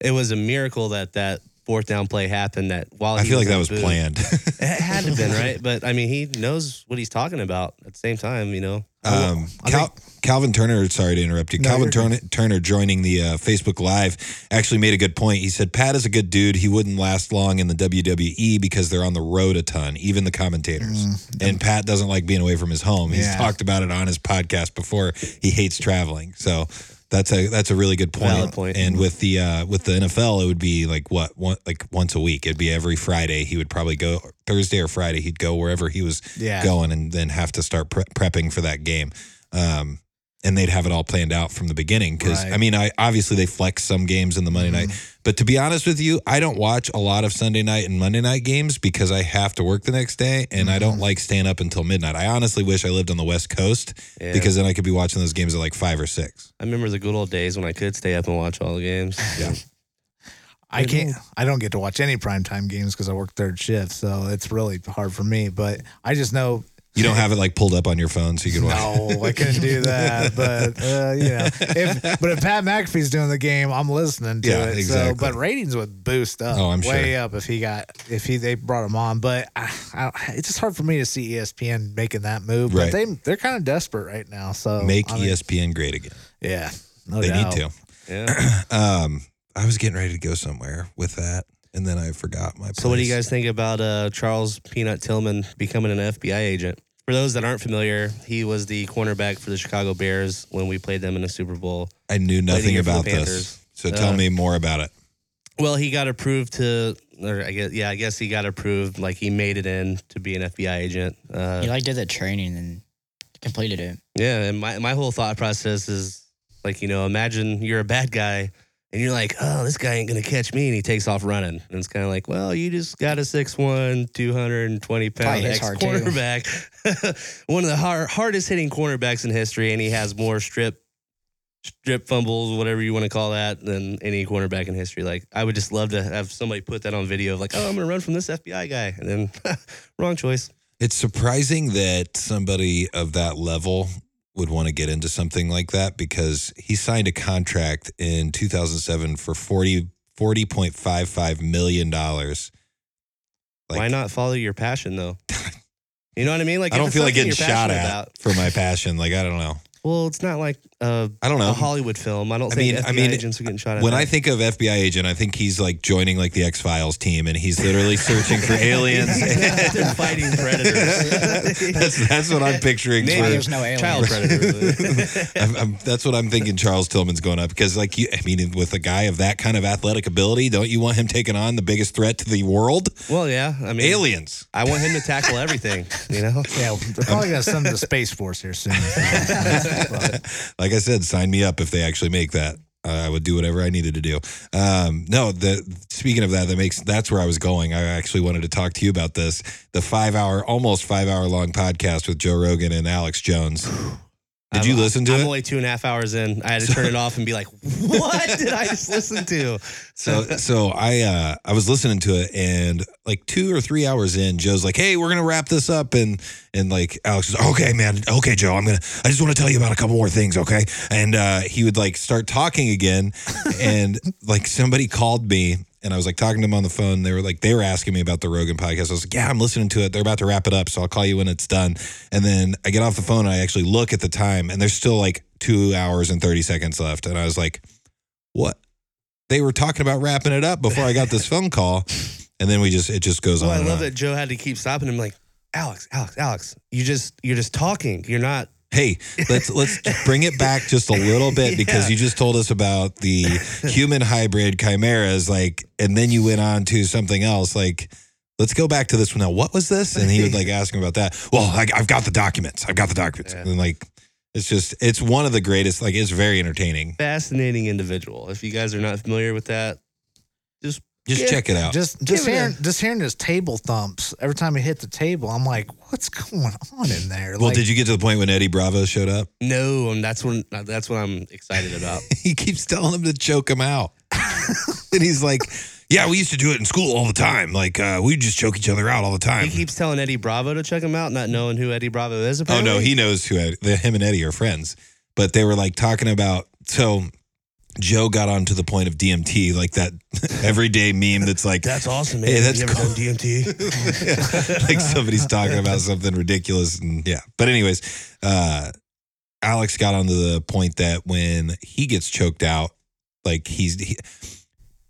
S1: it was a miracle that that fourth down play happened. That while
S2: I
S1: he
S2: feel like
S1: in
S2: that
S1: the
S2: was
S1: booth.
S2: planned. [laughs]
S1: It had to been right, but I mean, he knows what he's talking about. At the same time, you know,
S2: Um,
S3: I
S2: Cal- Calvin Turner, sorry to interrupt you.
S3: No,
S2: Calvin
S3: you're good.
S2: Turner, Turner joining the uh, Facebook Live actually made a good point. He said, Pat is a good dude. He wouldn't last long in the WWE because they're on the road a ton, even the commentators. And Pat doesn't like being away from his home. He's
S3: Mm, Yeah.
S2: talked about it on his podcast before. He hates traveling. So. That's a that's a really good point.
S1: Valid point.
S2: And with the uh, with the NFL, it would be like what one, like once a week. It'd be every Friday. He would probably go Thursday or Friday. He'd go wherever he was
S3: Yeah.
S2: going and then have to start pre- prepping for that game. Um, and they'd have it all planned out from the beginning because
S3: Right.
S2: I mean, I obviously they flex some games in the Monday night,
S1: Mm-hmm.
S2: but to be honest with you, I don't watch a lot of Sunday night and Monday night games because I have to work the next day, and I
S1: Mm-hmm.
S2: don't like staying up until midnight. I honestly wish I lived on the West Coast
S1: yeah.
S2: because then I could be watching those games at like five or six.
S1: I remember the good old days when I could stay up and watch all the games. Yeah,
S3: I can't. I don't get to watch any primetime games because I work third shift, so it's really hard for me. But I just know
S2: You don't have it like pulled up on your phone so you can watch.
S3: no, I couldn't
S2: [laughs]
S3: do that. But uh, you know, if but if Pat McAfee's doing the game, I'm listening to
S2: Yeah,
S3: it.
S2: exactly.
S3: So, but ratings would boost up.
S2: Oh, I'm
S3: way up if he got if he they brought him on. But I, I, it's just hard for me to see E ESPN making that move.
S2: Right.
S3: But they they're kind of desperate right now. So
S2: Make E
S3: I mean,
S2: ESPN great again.
S3: yeah, no
S2: they
S3: doubt.
S2: need to. [clears throat]
S1: yeah.
S2: Um, I was getting ready to go somewhere with that, and then I forgot my.
S1: so, what do you
S2: place.
S1: guys think about uh, Charles Peanut Tillman becoming an FBI agent? For those that aren't familiar, he was the cornerback for the Chicago Bears when we played them in the Super Bowl.
S2: I knew nothing
S1: year for the
S2: about this.
S1: Panthers.
S2: So tell
S1: Uh,
S2: me more about it.
S1: Well, he got approved to, or I guess, yeah, I guess he got approved. Like he made it in to be an FBI agent. Uh,
S4: He like did the training and completed it.
S1: Yeah, and my, my whole thought process is like, you know, imagine you're a bad guy and you're like, oh, this guy ain't gonna catch me, and he takes off running. And it's kind of like, well, you just got a 6'1", 220 pound
S4: Probably hits
S1: ex
S4: hard, too.
S1: cornerback, [laughs] one of the hard, hardest hitting cornerbacks in history, and he has more strip strip fumbles, whatever you want to call that, than any cornerback in history. Like, I would just love to have somebody put that on video of like, oh, I'm gonna run from this FBI guy, and then [laughs] wrong choice.
S2: It's surprising that somebody of that level would want to get into something like that because he signed a contract in 2007 for 40 40.55 million dollars. Like-
S1: Why not follow your
S2: [laughs]
S1: passion though? You know what I mean? Like
S2: I
S1: if
S2: don't
S1: it's
S2: feel like getting
S1: something you're
S2: shot
S1: passionate
S2: at
S1: about-
S2: for my passion. Like I don't know.
S1: well, it's not like uh,
S2: I don't know.
S1: a Hollywood film. I don't
S2: I
S1: think
S2: mean- I
S1: FBI
S2: mean,
S1: agents are getting shot at.
S2: When I
S1: now.
S2: think of FBI agent, I think he's like joining like the X Files team, and he's literally searching
S1: [laughs]
S2: for aliens.
S1: They're fighting
S2: [laughs]
S1: predators.
S2: that's that's what I'm picturing.
S1: Maybe
S2: for-
S1: it
S4: There's no aliens. [laughs]
S1: child predators.
S2: [laughs] I'm, I'm, that's what I'm thinking. Charles Tillman's going up because, like, you, I mean, with a guy of that kind of athletic ability, don't you want him taking on the biggest threat to the world,
S1: [laughs] well, yeah. I mean,
S2: aliens?
S1: I want him to tackle everything. You know.
S3: [laughs] Yeah, they're probably gonna send him to Space Force
S1: [laughs]
S3: here soon. But-
S2: [laughs] Like I said, sign me up if they actually make that. Uh, I would do whatever I needed to do. Um, no, the speaking of that, that makes that's where I was going. I actually wanted to talk to you about this. The five hour, almost five hour long podcast with Joe Rogan and Alex Jones. [laughs] Did you
S1: I'm-
S2: listen to
S1: I'm
S2: it?
S1: only two and a half hours in. I had to
S2: [laughs]
S1: turn it off and be like, "What did I just listen to?"
S2: So so I uh I was listening to it and like two or three hours in, Joe's like, Hey, we're gonna wrap this up and and like Alex is okay, man, okay, Joe, I'm gonna I just wanna tell you about a couple more things, okay? And uh he would like start talking again and like somebody called me and I was like talking to him on the phone. They were like, they were asking me about the Rogan podcast. I was like, yeah, I'm listening to it. They're about to wrap it up. So I'll call you when it's done. And then I get off the phone and I actually look at the time and there's still like two hours and 30 seconds left. And I was like, what? They were talking about wrapping it up before I got this phone call. And then we just, it just goes
S1: Well,
S2: on.
S1: Oh, I
S2: and
S1: love
S2: on.
S1: that Joe had to keep stopping him, like, "Alex, Alex, Alex, you just you're just talking. You're not
S2: hey let's let's bring it back just a little bit
S1: [laughs]
S2: because
S1: Yeah.
S2: you just told us about the human hybrid chimeras like and then you went on to something else like let's go back to this one now what was this and he would like ask him about that well I, i've got the documents i've got the documents
S1: Yeah.
S2: and like it's just it's one of the greatest like it's very entertaining
S1: fascinating individual. If you guys are not familiar with that, just
S2: Just
S1: Yeah,
S2: check it out.
S3: Just
S1: Give
S3: just
S1: it a-
S3: hearing just hearing his table thumps every time he hit the table, I'm like, what's going on in there?
S2: well,
S3: like,
S2: did you get to the point when Eddie Bravo showed up?
S1: No, and that's when that's what I'm excited about.
S2: [laughs] He keeps telling him to choke him out. [laughs] and he's like, Yeah, we used to do it in school all the time. Like, uh, we just choke each other out all the time.
S1: he keeps telling Eddie Bravo to check him out, not knowing who Eddie Bravo
S2: Oh
S1: is. Apparently.
S2: no, he knows who Ed, the, him and Eddie are friends. But they were like talking about so Joe got on to the point of DMT, like that [laughs] everyday meme that's like
S1: That's awesome, man.
S2: Hey, that's
S1: you ever
S2: cool.
S1: done
S3: [laughs]
S2: [laughs]
S1: DMT?
S2: like somebody's talking about something ridiculous and yeah. But anyways, uh Alex got onto the point that when he gets choked out, like he's he,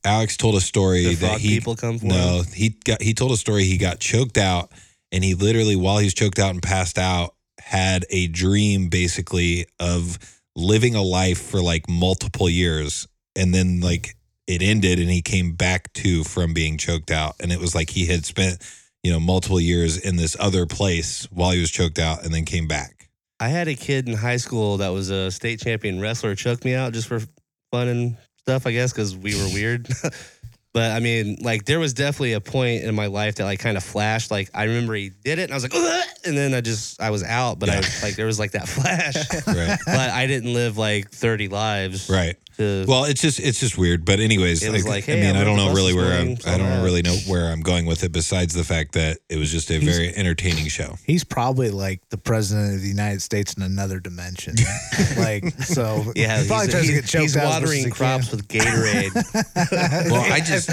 S2: Alex told a story
S1: the
S2: that
S1: frog
S2: he
S1: people come for
S2: no,
S1: him.
S2: he got he told a story. He got choked out, and he literally, while he was choked out and passed out, had a dream basically of living a life for like multiple years, and then like it ended, and he came back to from being choked out, and it was like he had spent you know multiple years in this other place while he was choked out, and then came back.
S1: I had a kid in high school that was a state champion wrestler choke me out just for fun and stuff, I guess, because we were weird. [laughs] but I mean, like there was definitely a point in my life that like kind of flashed. Like I remember he did it, and I was like, "Ugh!" and then I just I was out. But I
S2: Yeah.
S1: like there was like
S2: [laughs]
S1: that flash.
S2: Right,
S1: but I didn't live like 30 lives.
S2: right.
S1: To,
S2: Well, it's just it's just weird. But anyways,
S1: It was
S2: like,
S1: like, hey,
S2: I mean,
S1: I
S2: I don't
S1: rode the
S2: know
S1: bus
S2: really
S1: this
S2: where I'm,
S1: morning, so
S2: I don't
S1: I'm out.
S2: really know where I'm going with it. Besides the fact that it was just a
S3: He's-
S2: very entertaining show.
S3: he's probably like the president of the United States in
S2: [laughs]
S3: another dimension. like so
S1: yeah,
S3: he probably
S1: he's,
S3: tries to
S1: he's-
S3: get choked
S1: he's
S3: out as much as
S1: watering
S3: he
S1: crops
S3: can. [laughs]
S1: with
S2: [laughs]
S1: Gatorade.
S2: Well, I just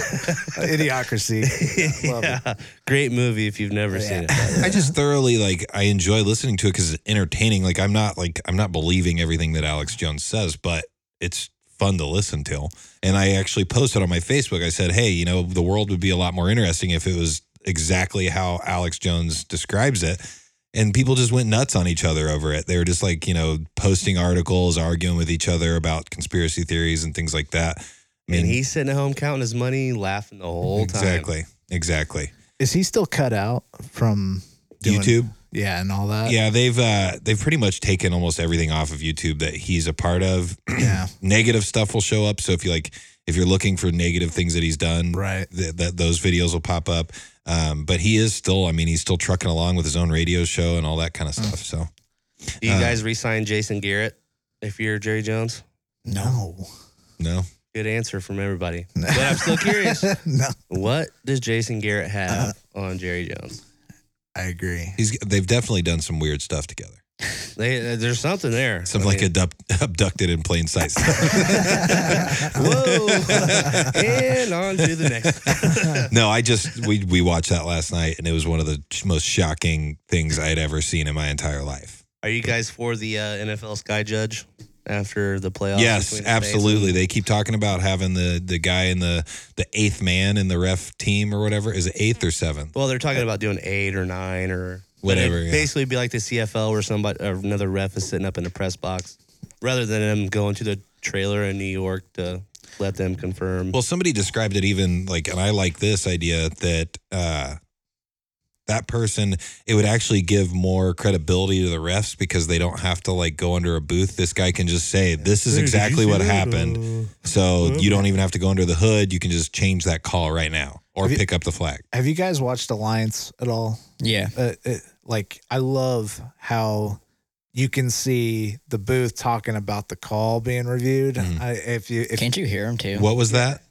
S2: [laughs]
S3: idiocracy. Love it.
S1: yeah, great movie if you've
S2: Oh,
S1: never
S3: Yeah.
S1: seen it. by the
S2: [laughs]
S1: way.
S2: I just thoroughly like I enjoy listening to it because it's entertaining. Like I'm not like I'm not believing everything that Alex Jones says, but it's fun to listen to. And I actually posted on my Facebook. I said, "Hey, you know, the world would be a lot more interesting if it was exactly how Alex Jones describes it." And people just went nuts on each other over it. They were just like, you know, posting articles, arguing with each other about conspiracy theories and things like that. I
S1: And he's sitting at home counting his money, laughing the whole
S2: exactly, exactly.
S3: Is he still cut out from doing-
S2: YouTube.
S3: Yeah, and all that.
S2: yeah, they've uh, they've pretty much taken almost everything off of YouTube that he's a part of. [clears throat]
S3: Yeah.
S2: negative stuff will show up. So if you like, if you're looking for negative things that he's done,
S3: Right.
S2: th- that those videos will pop up. Um, but he is still, I mean, he's still trucking along with his own radio show and all that
S3: Hmm.
S2: kind of stuff. So
S1: time. Do you
S2: Uh,
S1: guys re-sign Jason Garrett if you're Jerry Jones?
S3: No.
S2: no,
S1: Good answer from
S2: [laughs]
S1: everybody. But I'm still curious.
S3: [laughs] no.
S1: What does Jason Garrett have on Jerry Jones?
S3: I agree.
S2: he's they've definitely done some weird stuff together.
S1: They, uh, there's something there.
S2: Some
S1: I
S2: like
S1: mean,
S2: abduct, [laughs] abducted in plain sight. [laughs]
S3: [laughs]
S2: stuff.
S1: whoa, [laughs] and on to the
S2: [laughs]
S1: next.
S2: No, I just we we watched that last night, and it was one of the most shocking things I had ever seen in my entire life.
S1: Are you guys for the uh, NFL sky judge after the playoffs?
S2: Yes,
S1: between the Saints
S2: absolutely.
S1: and-
S2: They keep talking about having the the guy in the the eighth man in the ref team or whatever. Is it eighth or seventh?
S1: Well, they're talking about doing eight or nine or but
S2: Whatever,
S1: it'd
S2: yeah.
S1: Basically, be like the CFL where somebody or another ref is sitting up in the press box, rather than them going to the trailer in New York to let them confirm.
S2: Well, somebody described it even like, and I like this idea that uh, that person it would actually give more credibility to the refs because they don't have to like go under a booth. This guy can just say, "This is exactly what
S1: Oh,
S2: happened," so you don't even have to go under the hood. You can just change that call right now or
S3: Have you-
S2: pick up the flag.
S3: Have you guys watched Alliance at all?
S4: Yeah.
S3: Uh, it, like, I love how you can see the booth talking about the call being reviewed.
S2: Mhm.
S3: I, if you, if
S4: Can't you hear him too?
S2: What was that?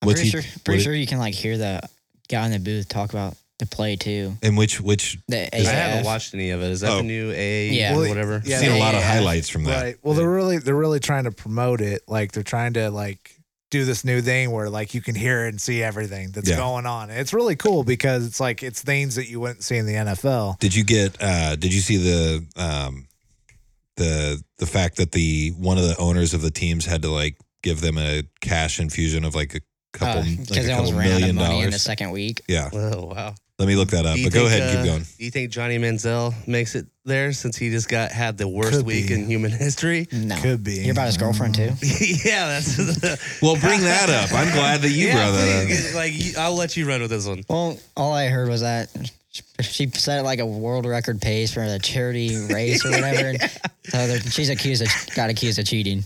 S4: I'm
S2: what's
S4: pretty
S2: he-
S4: sure,
S2: what
S4: pretty
S2: it-
S4: sure you can like hear the guy in the booth talk about the play too.
S2: And which which
S4: The
S1: I haven't
S4: AAF.
S1: watched any of it. Is that
S2: Oh.
S1: the new A?
S4: Yeah.
S1: or
S3: Well,
S1: whatever.
S3: yeah,
S2: seen a lot of
S4: yeah.
S2: highlights from that.
S3: Right. Well, they're really they're really trying to promote it. Like they're trying to like do this new thing where like you can hear it and see everything that's
S2: Yeah.
S3: going on. It's really cool because it's like it's things that you wouldn't see in the NFL.
S2: Did you get? Uh, did you see the um, the the fact that the one of the owners of the teams had to like give them a cash infusion of like a couple
S4: because
S2: like a
S4: Uh, they almost
S2: couple
S4: ran out
S2: million
S4: of money in the
S2: dollars?
S4: second week.
S2: Yeah,
S1: Oh wow.
S2: let me look that up.
S1: Do you
S2: But go
S1: think,
S2: ahead, keep
S1: uh,
S2: going.
S1: Do you think Johnny Manziel makes it there since he just got had the worst
S3: Could
S1: week
S3: be.
S1: in human [laughs] history?
S4: No,
S3: Could be.
S4: you're about his girlfriend too.
S1: yeah, that's. the
S2: Well, bring that up. I'm glad that [laughs] you
S1: yeah, [laughs]
S2: brought that up.
S1: please, Like you- I'll let you run with this one.
S4: Well, all I heard was that she set like a world record pace for the [laughs] charity race or whatever. And So there- she's accused of got accused of cheating.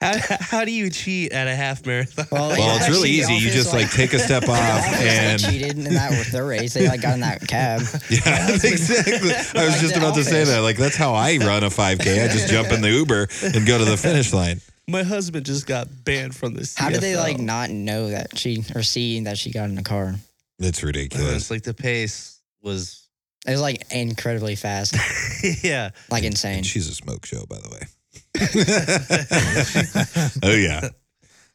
S1: How, how do you cheat at a half marathon?
S4: Well,
S2: Well,
S4: yeah,
S2: it's really
S4: she
S2: easy. You
S4: obviously,
S2: just like take a step
S4: Oh,
S2: off and
S4: They cheated in that with their race. They like got in that cab.
S2: [laughs] yeah, exactly. I was
S4: Like
S2: just
S4: the
S2: about to say
S4: office.
S2: that. Like that's how I run a 5K. I just jump in the Uber and go to the finish line.
S1: My husband just got banned from this.
S4: How did they like not know that she or see that she got in the car?
S2: It's ridiculous.
S4: [laughs]
S1: It's like the pace was, [laughs]
S4: It was like incredibly fast,
S1: yeah.
S4: like insane.
S2: And she's a smoke show, by the way.
S1: [laughs]
S2: oh yeah.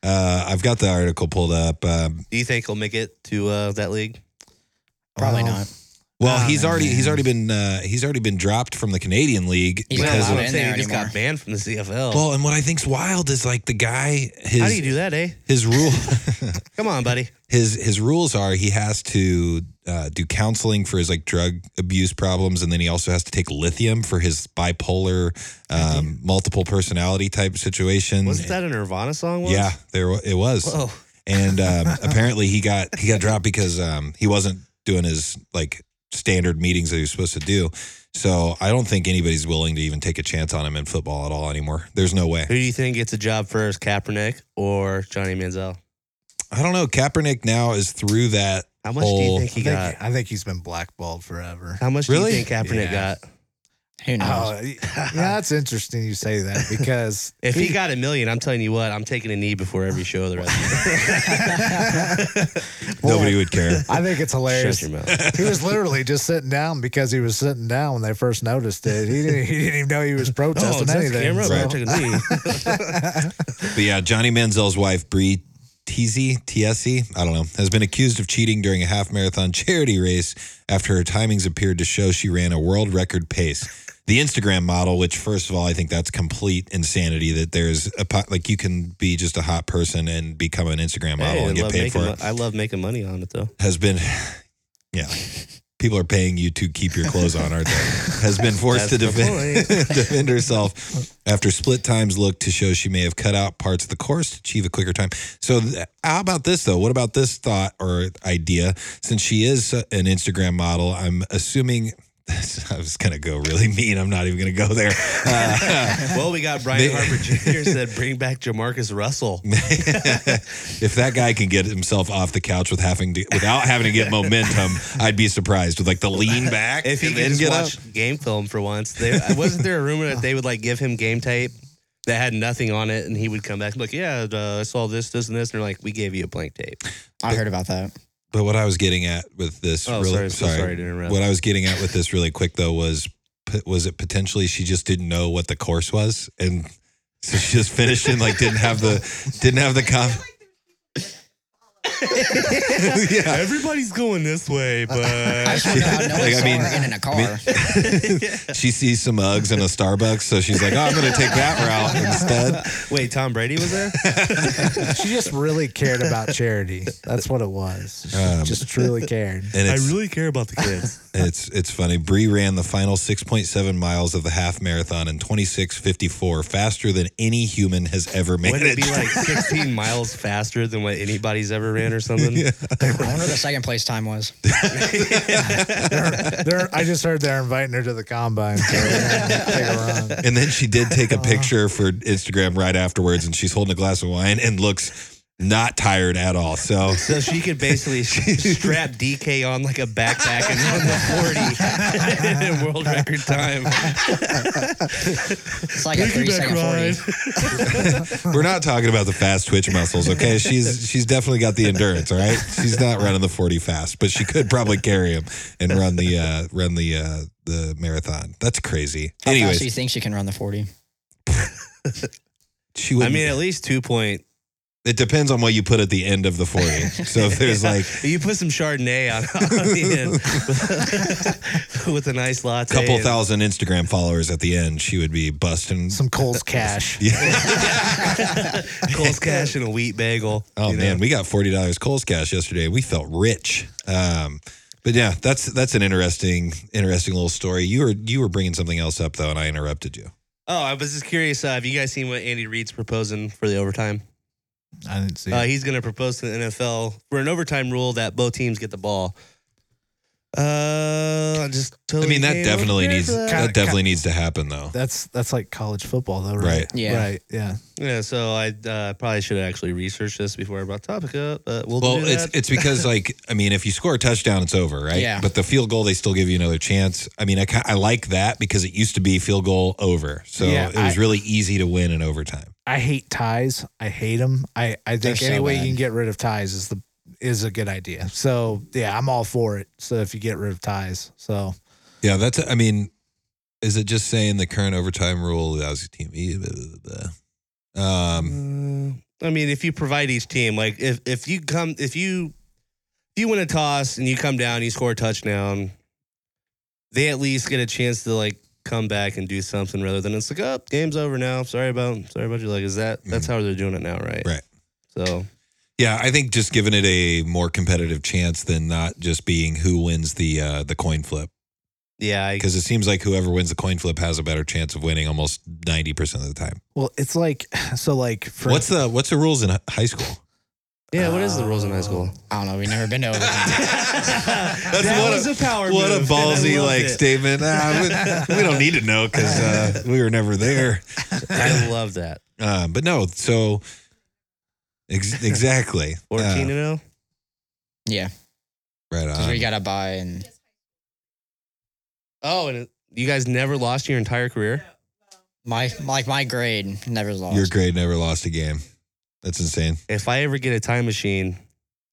S2: Uh, I've got the article pulled up. Um,
S1: Do you think he'll make it to uh, that league?
S4: Probably
S3: Well,
S4: not.
S2: well,
S1: Ah,
S3: Oh,
S2: he's already he's
S3: man.
S2: already been uh, he's already been dropped from the Canadian league
S4: He's
S1: Well,
S4: not
S2: because
S1: that's
S2: of
S1: what
S4: allowed
S1: I'm
S4: in
S1: saying.
S4: there
S1: He just got
S4: anymore.
S1: banned from the CFL.
S2: well, and what I think's wild is like the guy his
S1: how do you do that, eh?
S2: his rule
S1: [laughs] Come on, buddy.
S2: [laughs] his his rules are he has to uh, do counseling for his like drug abuse problems, and then he also has to take lithium for his bipolar, um, multiple personality type situation.
S1: Wasn't that a Nirvana song? Once?
S2: Yeah, there wa- it was,
S1: Whoa.
S2: and um, apparently he got he got dropped because um, he wasn't doing his like standard meetings that he was supposed to do. So I don't think anybody's willing to even take a chance on him in football at all anymore. There's no way.
S1: Who do you think gets a job first, Kaepernick or Johnny Manziel?
S2: I don't know. Kaepernick now is through that.
S1: How much do
S2: Oh,
S1: you
S2: I
S1: think he
S3: I think,
S1: got?
S3: I think he's been blackballed forever.
S1: How much
S2: Really?
S1: do you think Kaepernick
S3: Yeah.
S1: got?
S4: Who knows?
S3: Oh, [laughs] yeah, that's interesting you
S1: [laughs]
S3: say that because
S1: If
S3: [laughs]
S1: he got a million, I'm telling you what, I'm taking a knee before every show the rest
S4: [laughs]
S1: of the
S3: Well,
S2: Nobody would care.
S3: I think it's
S1: [laughs]
S3: hilarious.
S1: Shut your mouth.
S3: He was literally just sitting down because he was sitting down when they first noticed it. He didn't, he didn't even know he
S1: [laughs]
S3: was
S1: Oh,
S3: protesting
S1: is that the
S3: anything.
S1: camera?
S3: so-
S1: I'm taking a knee.
S4: [laughs]
S2: But yeah, Johnny Manziel's wife, Bree Teasy, TSE, E, I don't know, has been accused of cheating during a half marathon [laughs] charity race after her timings appeared to show she ran a world record pace. The Instagram model, which first of all, I think that's complete insanity that there's a po- like you can be just a hot person and become an Instagram model
S1: Hey, I
S2: and get
S1: love
S2: paid
S1: making
S2: for
S1: mo-
S2: it.
S1: I love making money on it though.
S2: Has been, yeah. People are paying you to keep your clothes on, aren't they? Has
S1: [laughs]
S2: been forced to
S1: That's the
S2: defend, [laughs] defend herself after split times look to show she may have cut out parts of the course to achieve a quicker time. So, th- how about this though? What about this thought or idea? Since she is uh, an Instagram model, I'm assuming [laughs] I was going to go really [laughs] mean. I'm not even going to go there. Uh,
S1: Well, we got Brian
S2: They-
S1: Harper Jr. said bring back Jamarcus Russell.
S2: if that guy can get himself off the couch with having to, without having to get momentum, I'd be surprised with like the
S1: [laughs]
S2: lean back.
S1: If he
S2: and
S1: could
S2: then
S1: just
S2: get up.
S1: watch game film for once, there wasn't there a rumor that they would like give him game tape that had nothing on it, and he would come back and be like, yeah, uh, I saw this, this, and this, and they're like, we gave you a blank tape.
S4: I heard about that.
S2: But what I was getting at with this,
S1: Oh,
S2: really,
S1: sorry, so sorry to interrupt.
S2: What I was getting at with this really quick though was, p- was it potentially she just didn't know what the course was, and so she just finished and like didn't have the, didn't have the com. [laughs] yeah,
S1: Everybody's going this way, but
S4: [laughs] I
S2: [laughs]
S4: just wonder how no one
S2: Like, I
S4: saw
S2: mean-
S4: her in, in a car.
S2: she sees some Uggs and a Starbucks, so she's like, "Oh, I'm gonna take that route instead."
S1: wait, Tom Brady was there.
S3: She just really cared about charity. That's what it was. She
S2: Um,
S3: just truly cared.
S2: And it's,
S1: care about the kids.
S2: It's it's funny. Bree ran the final 6.7 miles of the half marathon in 26:54, faster than any human has ever
S1: Would it
S2: managed. [laughs]
S1: be like 16 miles faster than what anybody's ever ran or something?
S4: I wonder what the second place time was.
S3: They're, I just heard they're inviting her to the combine. So we're gonna take her on.
S2: and then she did take a picture for Instagram right afterwards, and she's holding a glass of wine and looks not tired at all. So
S1: So she could
S2: [laughs]
S1: basically s- strap DK on like a backpack and run the 40 [laughs] in world record time.
S4: It's [laughs] like a three second forty.
S2: we're not talking about the fast twitch muscles, okay? She's she's definitely got the endurance, all right? She's not running the 40 fast, but she could probably carry him and run the uh, run the uh, the marathon. That's crazy.
S4: How
S2: Anyways,
S4: fast do you think she can run the forty?
S2: she would
S1: I mean, at least two point.
S2: It depends on what you put at the end of the 40.
S4: [laughs]
S2: So if there's like
S1: [laughs] You put some Chardonnay on, [laughs] on the end [laughs] with a nice
S2: a
S1: latte.
S2: couple
S1: and-
S2: thousand Instagram followers at the end, she would be busting.
S3: Some
S1: [laughs]
S3: Cole's cash.
S1: Cole's cash and a wheat bagel.
S2: oh
S1: you know?
S2: man, we got $40 Coles cash yesterday. We felt rich. Um, but yeah, that's that's an interesting interesting little story. You were you were bringing something else up though and I interrupted you.
S1: Oh, I was just curious. Uh, have you guys seen what Andy Reid's proposing for the overtime?
S3: I didn't see.
S1: Uh, he's going to propose to the NFL for an overtime rule that both teams get the ball. Uh, I just
S2: I
S1: totally.
S2: mean, that
S1: can't
S2: definitely
S1: prepare
S2: needs
S1: for that.
S3: Kinda-
S2: that definitely needs to happen though.
S3: That's that's like college football though, right?
S2: Right.
S4: Yeah.
S3: Right. Yeah.
S1: Yeah, so I uh, probably should have actually researched this before I brought the topic up, but we'll,
S2: Well,
S1: do
S2: it's
S1: that.
S2: it's
S1: [laughs]
S2: because like I mean, if you score a touchdown, it's over, right?
S4: Yeah.
S2: But the field goal, they still give you another chance. I mean, I ki- I like that because it used to be field goal over, so
S3: Yeah,
S2: it was
S3: I-
S2: really easy to win in overtime.
S3: I hate ties. I hate them. I, I
S4: They're
S3: think
S4: so
S3: any way
S4: bad.
S3: you can get rid of ties is the is a good idea. So yeah, I'm all for it. So if you get rid of ties, so
S2: Yeah, that's. I mean, is it just saying the current overtime rule allows your team? eh, Blah, blah, blah, blah. Um,
S1: Uh, I mean, if you provide each team, like if if you come if you if you win a toss and you come down, you score a touchdown, they at least get a chance to like come back and do something rather than it's like, oh, game's over now. Sorry about sorry about your leg. Is that that's how they're doing it now, right?
S2: Mm-hmm. Right.
S1: So
S2: yeah, I think just giving it a more competitive chance than not just being who wins the uh, the coin flip
S1: yeah, I,
S2: because it seems like whoever wins the coin flip has a better chance of winning almost ninety percent of the time.
S3: well, it's like [sighs] so like for
S2: What's the what's the rules in hi- high school?
S1: yeah. What is the rules in
S2: [laughs]
S1: high school?
S4: I don't know. We've never been to [laughs] overtime.
S1: That's
S2: what a-
S1: power.
S2: [laughs] What a
S1: move, [laughs] and I
S2: ballsy
S1: loved
S2: like
S1: it.
S2: statement! Ah, we, we don't need to know because uh, we were never [laughs] there.
S1: I
S2: [laughs]
S1: love that.
S2: Uh, but no, so ex- exactly Uh,
S1: Fourteen and oh? zero.
S4: yeah.
S2: right
S4: Because
S2: on.
S4: we got to buy and
S1: Oh, and it- you guys never lost your entire career.
S4: my like my grade never lost. [laughs]
S2: Your grade never lost a game. That's insane.
S1: If I ever get a time machine,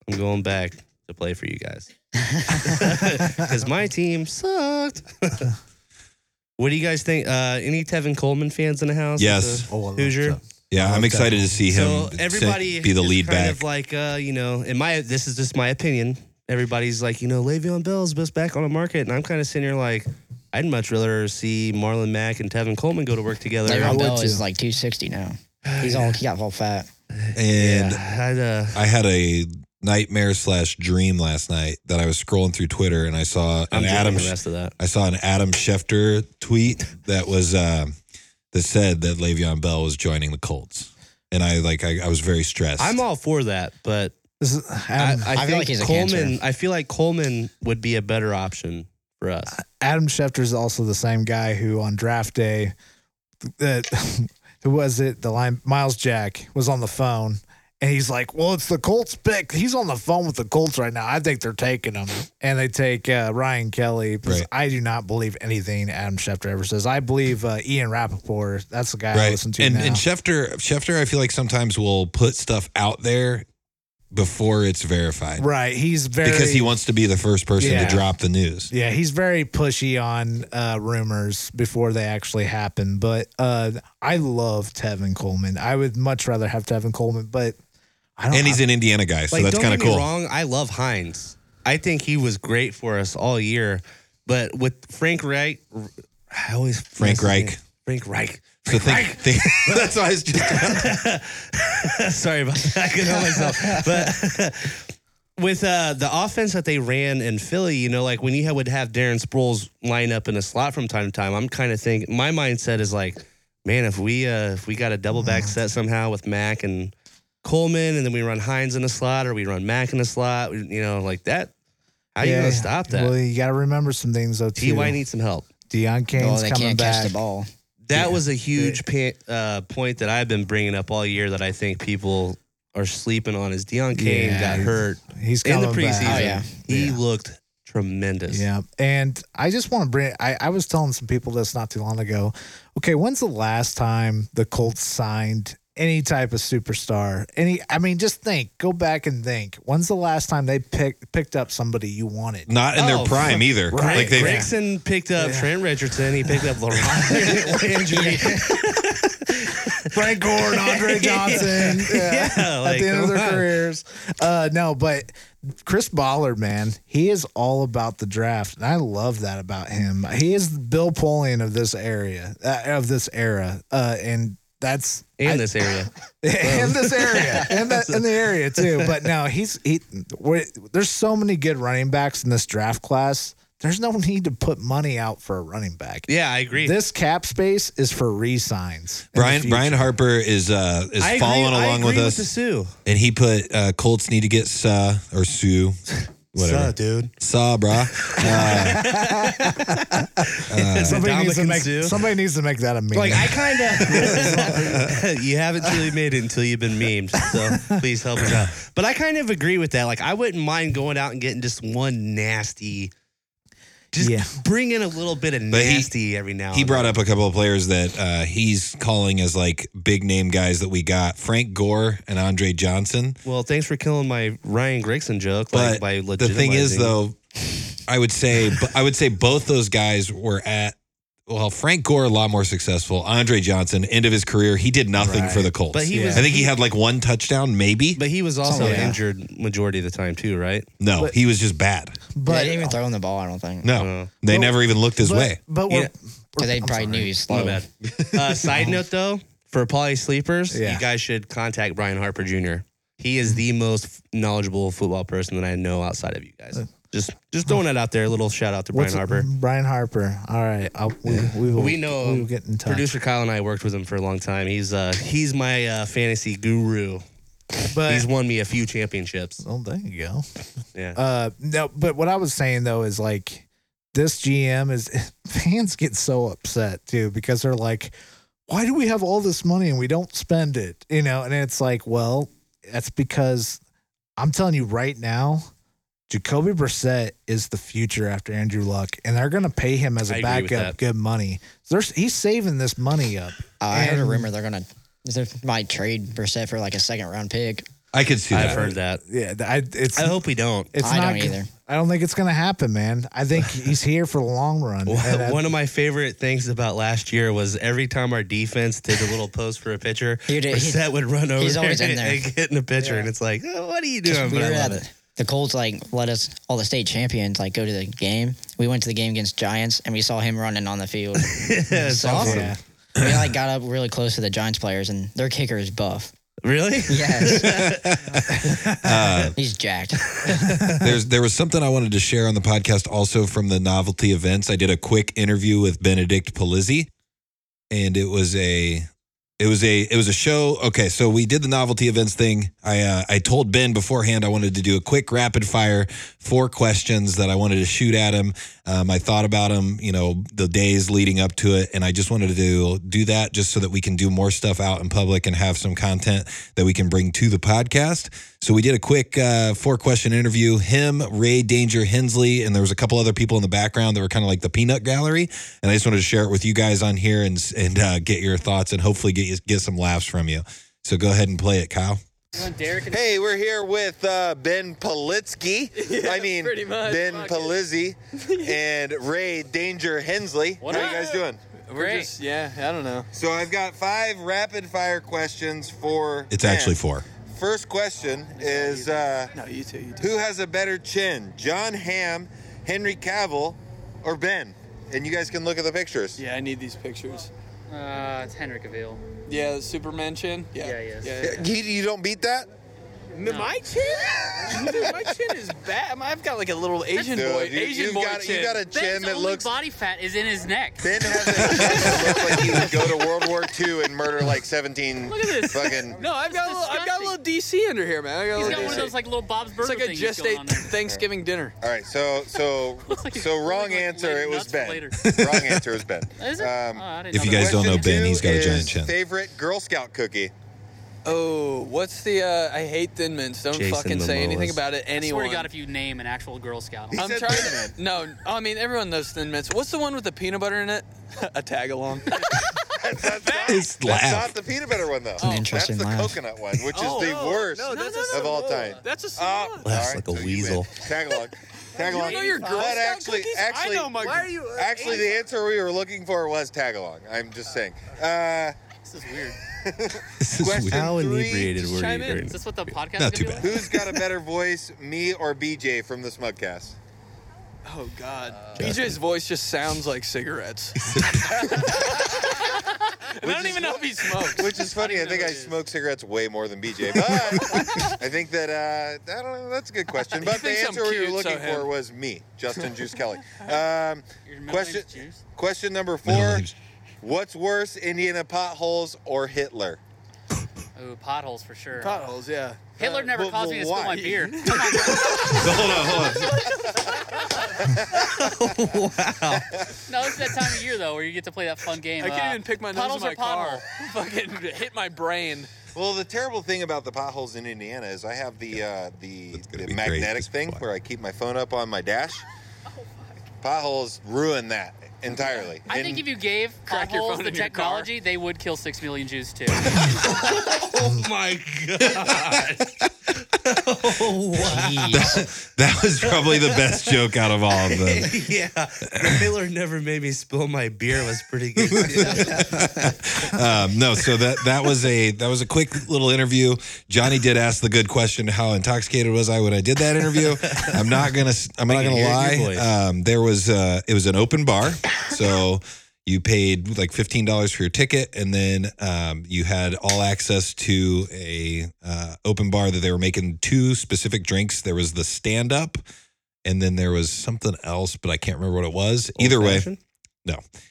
S1: I'm going back to play for
S2: [laughs]
S1: you guys because my team
S2: [laughs]
S1: sucked. what do you guys think? Uh, any Tevin Coleman fans in the house?
S2: Yes.
S1: It's
S3: oh, I love
S1: Hoosier?
S3: that.
S2: Yeah, I'm excited to see
S1: a-
S2: him
S1: So
S2: sit-
S1: everybody
S2: be the
S1: is
S2: lead
S1: kind
S2: back.
S1: Of like uh, you know, in my this is just my opinion. Everybody's like, you know, Le'Veon Bell's best back on the market, and I'm kind of sitting here like, I'd much rather see Marlon Mack and Tevin Coleman go to work together. [laughs]
S4: Le'Veon
S3: would
S4: Bell is
S3: too.
S4: like
S1: [sighs]
S4: 260 now. He's all he got all fat.
S2: and
S1: yeah, I'd, uh,
S2: I had a nightmare slash dream last night that I was scrolling through Twitter and I saw
S1: I'm
S2: an
S1: doing
S2: Adam
S1: the rest of that.
S2: I saw an Adam Schefter tweet that was um, that said that Le'Veon Bell was joining the Colts, and I like I, I was very stressed.
S1: I'm all for that, but
S3: This is, um,
S1: I, I,
S3: Adam,
S1: think
S4: feel like he's a
S1: Coleman.
S4: cancer.
S1: I feel like Coleman would be a better option for us.
S3: Adam Schefter is also the same guy who on draft day, that [laughs] who was it? The line Miles Jack was on the phone, and he's like, "Well, it's the Colts pick." He's on the phone with the Colts right now. I think they're taking him, and they take uh, Ryan Kelly. because
S2: Right.
S3: I do not believe anything Adam Schefter ever says. I believe uh, Ian Rappaport. That's the guy I
S2: right,
S3: listen to
S2: and
S3: now.
S2: and Schefter Schefter I feel like sometimes will put stuff out there before it's verified
S3: right, he's very
S2: because he wants to be the first person
S3: Yeah.
S2: to drop the news.
S3: Yeah, he's very pushy on uh, rumors before they actually happen. But uh, I love Tevin Coleman. I would much rather have Tevin Coleman, but I don't.
S2: And he's an Indiana guy, so
S1: Like,
S2: that's
S1: don't
S2: kind of
S1: get me
S2: cool.
S1: wrong. I love Hines. I think he was great for us all year, but with Frank Reich, I always
S2: Frank Reich.
S1: Frank Reich.
S2: So think, think [laughs]
S1: [laughs]
S2: that's why I was just
S1: Sorry about that. [laughs] I couldn't help myself. But [laughs] with uh, the offense that they ran in Philly, you know, like when you had- would have Darren Sproles line up in a slot from time to time, I'm kind of thinking my mindset is like, man, if we uh, if we got a double
S3: Mm.
S1: back set somehow with Mack and Coleman, and then we run Hines in a slot or we run Mack in a slot, you know, like that. How you gonna stop that?
S3: Well, you got to remember some things though too.
S1: Ty needs some help.
S3: Deion
S4: Oh,
S3: Kane's
S4: they
S3: coming
S4: can't
S3: back.
S4: catch the ball.
S1: That was a huge pa- uh, point that I've been bringing up all year that I think people are sleeping on is Deion Kane
S3: Yeah,
S1: got
S3: he's-
S1: hurt
S3: He's
S1: in
S3: coming
S1: the preseason.
S3: Back.
S4: Oh, yeah.
S1: He looked tremendous.
S3: Yeah. And I just want to bring I, I was telling some people this not too long ago. Okay, when's the last time the Colts signed any type of superstar? Any I mean, just think, go back and think. When's the last time they picked picked up somebody you wanted?
S2: not in their
S1: Oh,
S2: prime either.
S1: Right.
S2: Like they
S1: Gregson picked up Trent Richardson. He [laughs] picked up [laughs] LaRon Landry.
S3: Frank Gore and [laughs] Andre Johnson. [laughs]
S1: Yeah, like,
S3: at the end of
S1: come
S3: their
S1: on.
S3: careers. Uh, no, but Chris Ballard, man, he is all about the draft, and I love that about him. He is Bill Polian of this area, uh, of this era, uh, and that's
S1: in this area.
S3: in
S1: [laughs]
S3: this area and the, in the area too. But no, he's he. we there's so many good running backs in this draft class. There's no need to put money out for a running back.
S1: Yeah, I agree.
S3: This cap space is for re-signs. in the
S2: Brian
S3: future.
S2: Brian Harper is uh is
S1: I agree-
S2: following
S1: I
S2: along
S1: agree
S2: with us,
S1: the Sioux. [laughs]
S2: and he put uh, Colts need to get Sa or Sue whatever.
S1: Sup, dude.
S2: Saw,
S1: [laughs]
S2: brah. Uh,
S1: It's
S3: Somebody needs, to
S1: Dominican
S3: make,
S1: Zoo.
S3: somebody needs to make that a meme.
S1: Like I kind of, [laughs] you haven't truly made it until you've been memed. So please help us out. But I kind of agree with that. Like I wouldn't mind going out and getting just one nasty. Just
S3: Yeah.
S1: bring in a little bit of
S2: But he-
S1: nasty every now.
S2: he
S1: and
S2: brought up a couple of players that uh, he's calling as like big name guys that we got Frank Gore and Andre Johnson.
S1: then. Well, thanks for killing my Ryan Gregson joke.
S2: But
S1: like, by
S2: the thing is,
S1: legitimizing-
S2: though, I would say I would say both those guys were at well Frank Gore a lot more successful. Andre Johnson end of his career he did nothing
S3: Right.
S2: for the Colts.
S1: but he
S3: Yeah.
S1: was.
S2: I think he had like one touchdown maybe.
S1: But he was also
S3: Yeah.
S1: injured majority of the time too, right?
S2: no,
S3: but-
S2: he was just bad.
S4: But they
S3: but
S4: didn't
S1: Oh.
S4: even throw him the ball. I don't think.
S2: No,
S1: Uh,
S2: they
S3: Well,
S2: never even looked his
S3: but,
S2: way.
S3: But
S1: Yeah.
S3: we're,
S4: Because they
S3: I'm
S4: probably
S3: sorry.
S4: knew he was
S1: My
S2: Oh.
S4: slow.
S2: [laughs]
S1: bad. Uh, side note though, for poly sleepers,
S3: Yeah.
S1: you guys should contact Brian Harper Jr. He is the most knowledgeable football person that I know outside of you
S2: Uh.
S1: guys. Just just throwing that out there. A little shout out to Brian
S3: What's
S1: Harper.
S3: Brian Harper. All right, I'll, we, we will.
S1: We know
S3: We
S1: him.
S3: will get in touch.
S1: Producer Kyle and I worked with him for a long time. He's uh he's my uh, fantasy guru.
S3: but
S1: He's won me a few championships.
S3: well, there you go. [laughs]
S1: Yeah.
S3: Uh, no, but what I was saying though is like this GM is [laughs] fans get so upset too because they're like, why do we have all this money and we don't spend it? You know, and it's like, well, that's because I'm telling you right now. Jacoby Brissett is the future after Andrew Luck, and they're going to pay him as
S1: I
S3: a
S1: agree with
S3: backup
S1: that.
S3: good money. There's, he's saving this money up.
S4: I heard a
S3: And-
S4: rumor they're gonna they might trade Brissett for like a second round pick.
S2: I could see
S1: I've
S2: that.
S1: heard that.
S3: Yeah, th- I, it's
S1: I hope we don't.
S3: It's
S4: I
S3: not
S4: don't
S3: g-
S4: either.
S3: I don't think it's going to happen, man. I think he's here for the long
S2: [laughs]
S3: run. And I-
S1: One of my favorite things about last year was every time our defense did a little post for
S2: [laughs]
S1: a pitcher,
S4: He did- he-
S1: Brissett would run over
S4: he's always
S1: there
S4: in there.
S1: and [laughs] get in a pitcher, and it's like, oh, what are you
S4: 'Cause
S1: doing?
S4: we
S1: But I
S4: were
S1: love
S4: at
S1: it.
S4: the Colts like let us all the state champions like go to the game. We went to the game against Giants and we saw him running on
S1: [laughs]
S4: the field.
S1: It's awesome.
S3: Yeah.
S4: we like got up really close to the Giants players and their kicker is buff.
S1: Really?
S4: Yes,
S3: [laughs]
S2: Uh,
S4: he's jacked.
S2: There's there was something I wanted to share on the podcast also from the novelty events. I did a quick interview with Benedict Polizzi, and it was a it was a it was a show. Okay, so we did the novelty events thing. I uh, I told Ben beforehand I wanted to do a quick rapid fire four questions that I wanted to shoot at him. Um, I thought about him, you know, the days leading up to it, and I just wanted to do, do that just so that we can do more stuff out in public and have some content that we can bring to the podcast. So we did a quick uh, four question interview. Him, Ray Danger Hensley, and there was a couple other people in the background that were kind of like the peanut gallery. And I just wanted to share it with you guys on here and and uh, get your thoughts and hopefully get you, get some laughs from you. So go ahead and play it, Kyle.
S5: Hey, we're here with uh,
S6: [laughs]
S5: Ben Politsky. I mean, Ben Polizzi and Ray Danger Hensley. How are you guys doing?
S6: Great. yeah, I don't know.
S5: So I've got five rapid fire questions for.
S2: It's
S5: Ben.
S2: actually four. [laughs]
S5: First question is uh,
S6: No, you too. You too.
S5: Who has a better chin, John Hamm, Henry Cavill, or Ben? And you guys can look at the pictures.
S6: Yeah, I need these pictures.
S7: Uh, it's Henry Cavill.
S6: Yeah, the Superman chin. Yeah.
S7: Yeah, yes.
S6: Yeah.
S5: You, you don't beat that?
S6: My
S5: [laughs]
S6: chin? Dude, my chin is bad. I've got like a little Asian
S5: Dude,
S6: boy.
S5: you,
S6: Asian
S5: you've
S6: boy
S5: got,
S6: chin.
S5: You got a chin
S7: Ben's
S5: that
S7: only
S5: looks
S7: body fat is in his neck.
S5: Ben has a chin that looks like he would go to World War II and murder
S6: [laughs]
S5: like 17
S7: Look at this.
S5: fucking.
S6: no, I've got a little, I've got a little DC under here, man. I got a
S7: He's
S6: little
S7: got one
S6: DC.
S7: of those like little Bob's Burger
S6: it's like I
S7: things
S6: just
S7: going
S6: ate [laughs]
S7: on there.
S6: Thanksgiving dinner.
S5: All right, so
S6: [laughs]
S5: so
S7: Looks like he's
S5: so wrong
S7: pulling, like,
S5: answer.
S7: leg
S5: it was
S7: nuts
S5: Ben.
S7: later.
S5: [laughs] Wrong answer was Ben.
S7: Is it?
S5: Um,
S7: oh, I didn't
S2: if you
S7: that.
S2: guys don't know
S5: question
S2: Ben,
S5: two
S2: he's got a giant
S5: is
S2: chin.
S5: Favorite Girl Scout cookie.
S6: Oh, what's the? uh I hate thin mints. Don't
S1: Jason
S6: fucking say anything
S1: Momoa's.
S6: about it.
S7: I
S6: Anyone?
S7: swear to God, if you name an actual Girl Scout,
S6: [laughs]
S5: He
S6: I'm
S5: said
S6: trying
S5: thin
S6: to. No, I mean everyone knows thin mints. What's the one with the peanut butter in it? [laughs] a tag along.
S5: That's, not,
S2: It's
S5: that's
S2: laugh.
S5: not the peanut butter one though.
S4: an interesting
S5: that's the
S4: laugh.
S5: coconut one, which is
S6: Oh,
S5: the
S6: no,
S5: worst
S6: no, that's a
S5: of all
S6: s'more.
S5: time.
S6: That's a
S5: Uh,
S6: s'more.
S1: Laughs
S5: all
S1: like a
S5: you
S1: weasel.
S5: win. Tag along. Tag along.
S6: You know your Girl
S5: But
S6: Scout
S5: actually,
S6: cookies?
S5: actually,
S6: I know my. Why are you?
S5: actually, the answer we were looking for was tag along. I'm just saying. Uh,
S7: this is weird.
S2: This is
S5: Question-
S2: weird.
S1: [laughs] How
S5: Three,
S1: inebriated
S6: just
S1: were you
S6: chime in. [laughs]
S1: during
S7: Is this what the podcast?
S2: Not
S7: is
S2: too
S7: gonna
S2: bad.
S7: be
S5: who's got a better voice, me or BJ from the Smugcast?
S6: Oh God, BJ's voice just sounds like cigarettes. [laughs] and I don't even know if he smokes.
S5: Which is funny. I, think I smoke cigarettes way more than BJ, but I think that uh, I don't know. That's a good question. But the
S6: thinks I'm
S5: answer we were
S6: cute, so
S5: looking for
S6: him.
S5: was me, Justin Juice Kelly. Um,
S7: Your middle
S5: question.
S7: name's Juice?
S5: Question number
S2: Middle
S5: four.
S2: name's-
S5: What's worse, Indiana potholes or Hitler?
S7: like? Ooh, potholes for sure.
S6: Potholes, yeah. Uh,
S7: Hitler never
S5: Well,
S7: caused me
S5: well,
S7: to spill
S5: why?
S7: my
S6: [laughs]
S7: beer.
S2: [laughs] So hold on,
S6: [laughs]
S2: hold on. [laughs]
S7: no, it's that time of year though where you get to play that fun game.
S6: I
S7: uh,
S6: can't even pick my nose in
S7: puddles
S6: my
S7: or pothole.
S6: car. [laughs] Fucking hit my brain.
S5: Well, the terrible thing about the potholes in Indiana is I have the uh, the,
S2: That's gonna
S5: the
S2: be great.
S5: magnetic
S2: Just
S5: thing
S2: fly.
S5: where I keep my phone up on my
S7: [laughs]
S5: dash. Potholes ruin that entirely.
S7: Oh I
S5: And-
S7: think if you gave
S6: Crack your
S7: potholes
S6: phone
S7: the
S6: in your car.
S7: technology, they would kill six million Jews too.
S1: Oh my god! [laughs] oh wow!
S4: Jeez.
S2: That was probably the best
S1: [laughs]
S2: joke out of all of them.
S1: yeah, Miller never made me spill my beer was
S2: [laughs]
S1: pretty good.
S2: Um, no, so that that was a that was a quick little interview. Johnny did ask the good question: How intoxicated was I when I did that interview? I'm not gonna I'm not
S1: can
S2: gonna
S1: hear it in
S2: lie.
S1: your voice.
S2: Um, there was uh, it was an open bar, so you paid like fifteen dollars for your ticket, and then um, you had all access to a uh, open bar that they were making two specific drinks. There was the stand up, and then there was something else, but I can't remember what it was. Either way.
S1: Old-fashioned?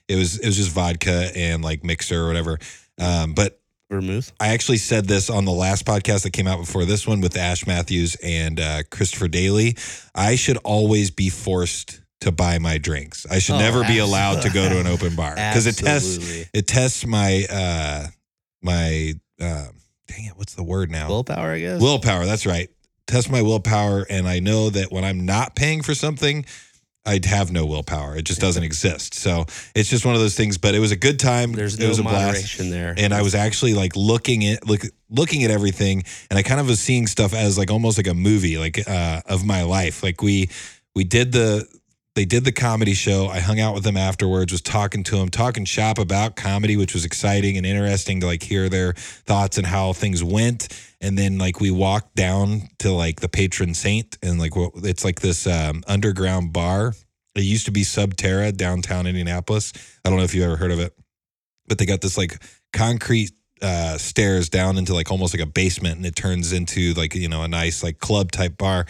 S2: It was it was just vodka and like mixer or whatever. Um, but
S1: vermouth.
S2: I actually said this on the last podcast that came out before this one with Ash Matthews and uh, Christopher Daly. I should always be forced to buy my drinks. I should
S1: Oh,
S2: never be allowed to go to an open bar because it tests
S1: Absolutely.
S2: it tests my uh, my uh, dang it, what's the word now?
S1: willpower, I guess.
S2: willpower. That's right. Test my willpower, and I know that when I'm not paying for something, I'd have no willpower. It just doesn't exist. So it's just one of those things. But it was a good time.
S1: There's
S2: it
S1: no
S2: was a blast.
S1: moderation there.
S2: And I was actually like looking at look looking at everything, and I kind of was seeing stuff as like almost like a movie, like uh, of my life. Like we we did the they did the comedy show. I hung out with them afterwards, was talking to them, talking shop about comedy, which was exciting and interesting to like hear their thoughts and how things went. And then like we walked down to like the patron saint and like what it's like this um, underground bar. It used to be Subterra downtown Indianapolis. I don't know if you ever heard of it, but they got this like concrete uh, stairs down into like almost like a basement, and it turns into like you know a nice like club type bar.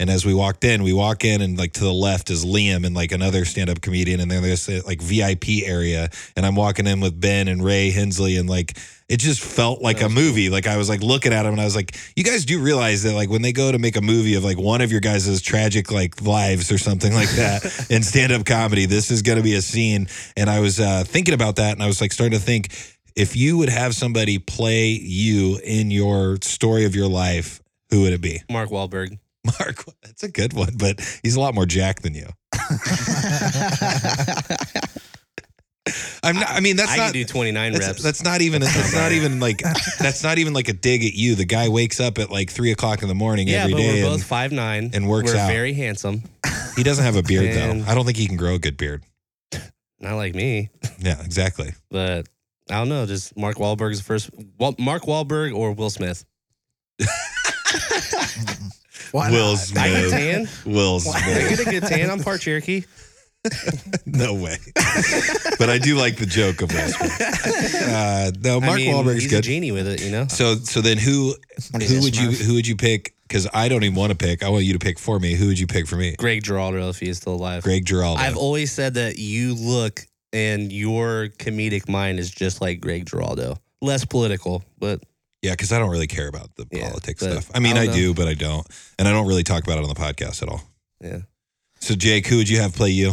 S2: And as we walked in, we walk in, and like to the left is Liam and like another stand up comedian, and then there's uh, like VIP area, and I'm walking in with Ben and Ray Hensley, and like it just felt like a movie. Like I was like looking at him, and I was like, you guys do realize that like when they go to make a movie of like one of your guys' tragic like lives or something like that in stand up comedy, this is going to be a scene. And I was uh, thinking about that, and I was like starting to think. If you would have somebody play you in your story of your life, who would it be? [laughs]
S1: Mark Wahlberg.
S2: Mark, that's a good one, but he's a lot more Jack than
S1: [laughs]
S2: you. I'm not. I mean, that's
S1: I
S2: not.
S1: can do 29
S2: that's,
S1: reps.
S2: that's not even. That's not even like. That's not even like a dig at you. The guy wakes up at like three o'clock in the morning
S1: yeah,
S2: every
S1: but
S2: day,
S1: we're
S2: and
S1: both five nine
S2: and works
S1: we're
S2: out.
S1: very handsome.
S2: he doesn't have a beard
S1: Man.
S2: though. I don't think he can grow a good beard.
S1: Not like me,
S2: Yeah, exactly.
S1: but I don't know. Just Mark Wahlberg's first. Wa- Mark Wahlberg or Will Smith.
S3: Why
S2: Will
S3: not?
S1: I get
S2: Smith.
S1: tan.
S2: Will
S1: I
S2: Smith.
S1: get a good tan. I'm
S2: [laughs]
S1: part Cherokee.
S2: no way. [laughs] but I do like the joke of Will Smith. Uh, no,
S1: I
S2: Mark
S1: mean,
S2: Wahlberg's
S1: he's
S2: good.
S1: a genie with it, you know.
S2: So so then who
S4: What is
S2: who
S4: this,
S2: would you
S4: Murph?
S2: who would you pick? Because I don't even want to pick. I want you to pick for me. Who would you pick for me?
S1: Greg Giraldo, if he is still alive.
S2: Greg Giraldo.
S1: I've always said that you look and your comedic mind is just like Greg Giraldo. Less political, but
S2: yeah, because I don't really care about the
S1: Yeah,
S2: politics
S1: but
S2: stuff. I mean, I,
S1: I don't
S2: do, but I don't, and I don't really talk about it on the podcast at all.
S1: Yeah.
S2: So Jake, who would you have play
S1: [sighs]
S2: you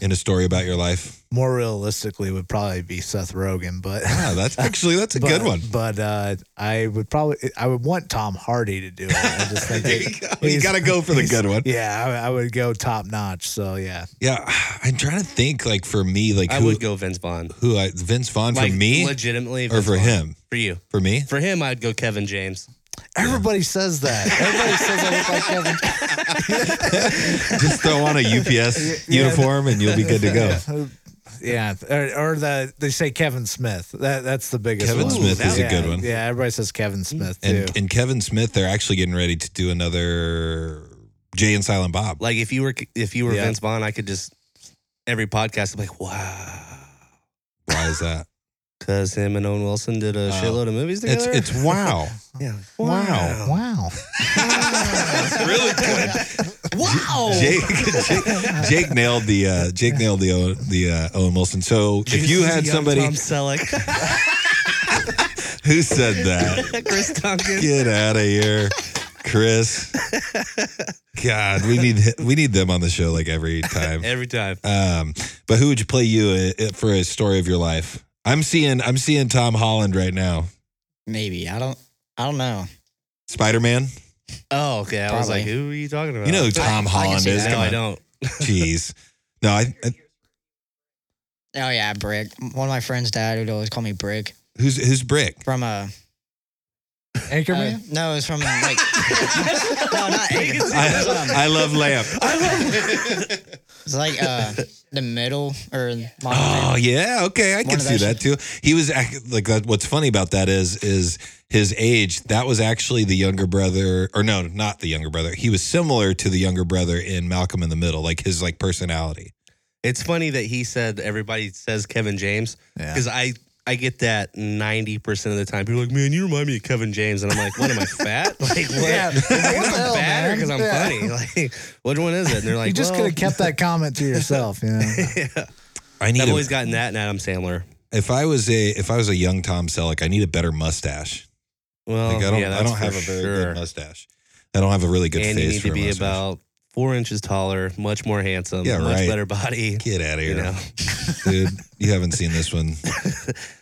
S2: in a story about your life?
S3: More realistically, would probably be Seth Rogen, but
S2: Ah,
S1: [laughs]
S2: that's actually that's
S3: [laughs]
S2: a
S3: but-
S2: good one.
S3: But uh, I would probably I would want Tom Hardy to do it. I
S2: [laughs]
S3: just think
S2: There
S3: it-
S2: you go. You
S3: he's-
S2: got to go
S1: [laughs]
S2: for the
S3: he's-
S2: good one.
S3: Yeah, I, I would go top notch. So yeah,
S2: Yeah, I'm trying to think. Like for me, like
S1: I
S2: who
S1: would go Vince Vaughn.
S2: who I Vince Vaughn
S1: Like,
S2: for me
S1: legitimately,
S2: or
S1: Vince
S2: for
S1: Vaughn.
S2: him
S1: for you,
S2: for me.
S1: for him, I'd go Kevin James.
S3: everybody says that. Everybody says I look
S2: [laughs]
S3: like Kevin.
S2: Just throw on a UPS
S3: Yeah.
S2: uniform and you'll be good to go.
S3: [laughs] Yeah, or, or the they say Kevin Smith. That that's the biggest.
S2: Kevin
S3: one.
S2: Smith
S1: is a
S3: Yeah,
S2: good one.
S3: Yeah, everybody says Kevin Smith too.
S2: And, and Kevin Smith, they're actually getting ready to do another Jay and Silent Bob.
S1: Like if you were if you were
S3: Yeah.
S1: Vince Vaughn, I could just every podcast I'm like, wow,
S2: Why is that?
S1: because him and Owen Wilson did a
S2: Wow.
S1: shitload of movies
S2: It's
S1: together.
S2: it's wow.
S1: yeah.
S2: Wow.
S3: wow.
S2: That's really good.
S1: wow.
S2: [laughs] Jake, Jake, Jake nailed the uh, Jake nailed the O- the uh, Owen Wilson. So if you
S1: Juicy
S2: had
S1: young
S2: somebody
S1: Tom Selleck,
S2: Who said that? [laughs]
S1: [laughs] Chris Duncan.
S2: Get out of here, Chris. God, we need we need them on the show like every time.
S1: Every time.
S2: Um, but who would you play you i- i- for a story of your life? I'm seeing I'm seeing Tom Holland right now.
S4: Maybe I don't. I don't know.
S2: Spider Man.
S1: Oh, okay. I was
S4: Probably.
S1: like, who are you talking about?
S2: You know who Tom
S4: Uh, I can
S2: Holland
S4: see
S2: is.
S4: that.
S1: no,
S2: Come
S1: I
S2: on.
S1: don't.
S2: Jeez. No, I, I-
S4: Oh yeah, Brick. One of my friends' dad would always call me Brick
S2: who's who's Brick?
S4: from uh, uh
S3: Anchorman?
S4: no, it's
S3: [laughs]
S4: from like no, not Anchorman. [laughs]
S2: I, I love Lamp.
S4: It's like uh the middle or
S2: [gasps] Oh yeah, okay, I
S4: One
S2: can
S4: of
S2: see
S4: those-
S2: that too. He was ac- like that. What's funny about that is is his age. That was actually the younger brother, or no, not the younger brother. He was similar to the younger brother in Malcolm in the Middle, like his like personality.
S1: It's funny that he said everybody says Kevin James because I I get that ninety percent of the time. People are like, man, you remind me of Kevin James, and I'm like, what am I fat? [laughs] Like, what?
S3: Yeah.
S1: Is it 'cause
S3: What the
S1: I'm
S3: hell,
S1: fat or
S3: man?
S1: because I'm
S3: Yeah.
S1: funny? [laughs] Like, which one is it? And they're like,
S3: you just
S1: well,
S3: could have kept that comment to
S1: [laughs]
S3: yourself, you know.
S2: I need.
S1: I've
S2: a-
S1: always gotten that in Adam Sandler.
S2: if I was a if I was a young Tom Selleck, I need a better mustache.
S1: Well,
S2: Like I don't
S1: Oh, yeah,
S2: I
S1: that's
S2: don't have
S1: for
S2: a very
S1: sure.
S2: good mustache. I don't have a really good
S1: and you
S2: face
S1: need
S2: for
S1: to
S2: a
S1: be
S2: mustache.
S1: about four inches taller, much more handsome,
S2: Yeah,
S1: much
S2: right.
S1: better body.
S2: Get out of here,
S1: You know,
S2: [laughs] dude! You haven't seen this
S1: [laughs]
S2: one.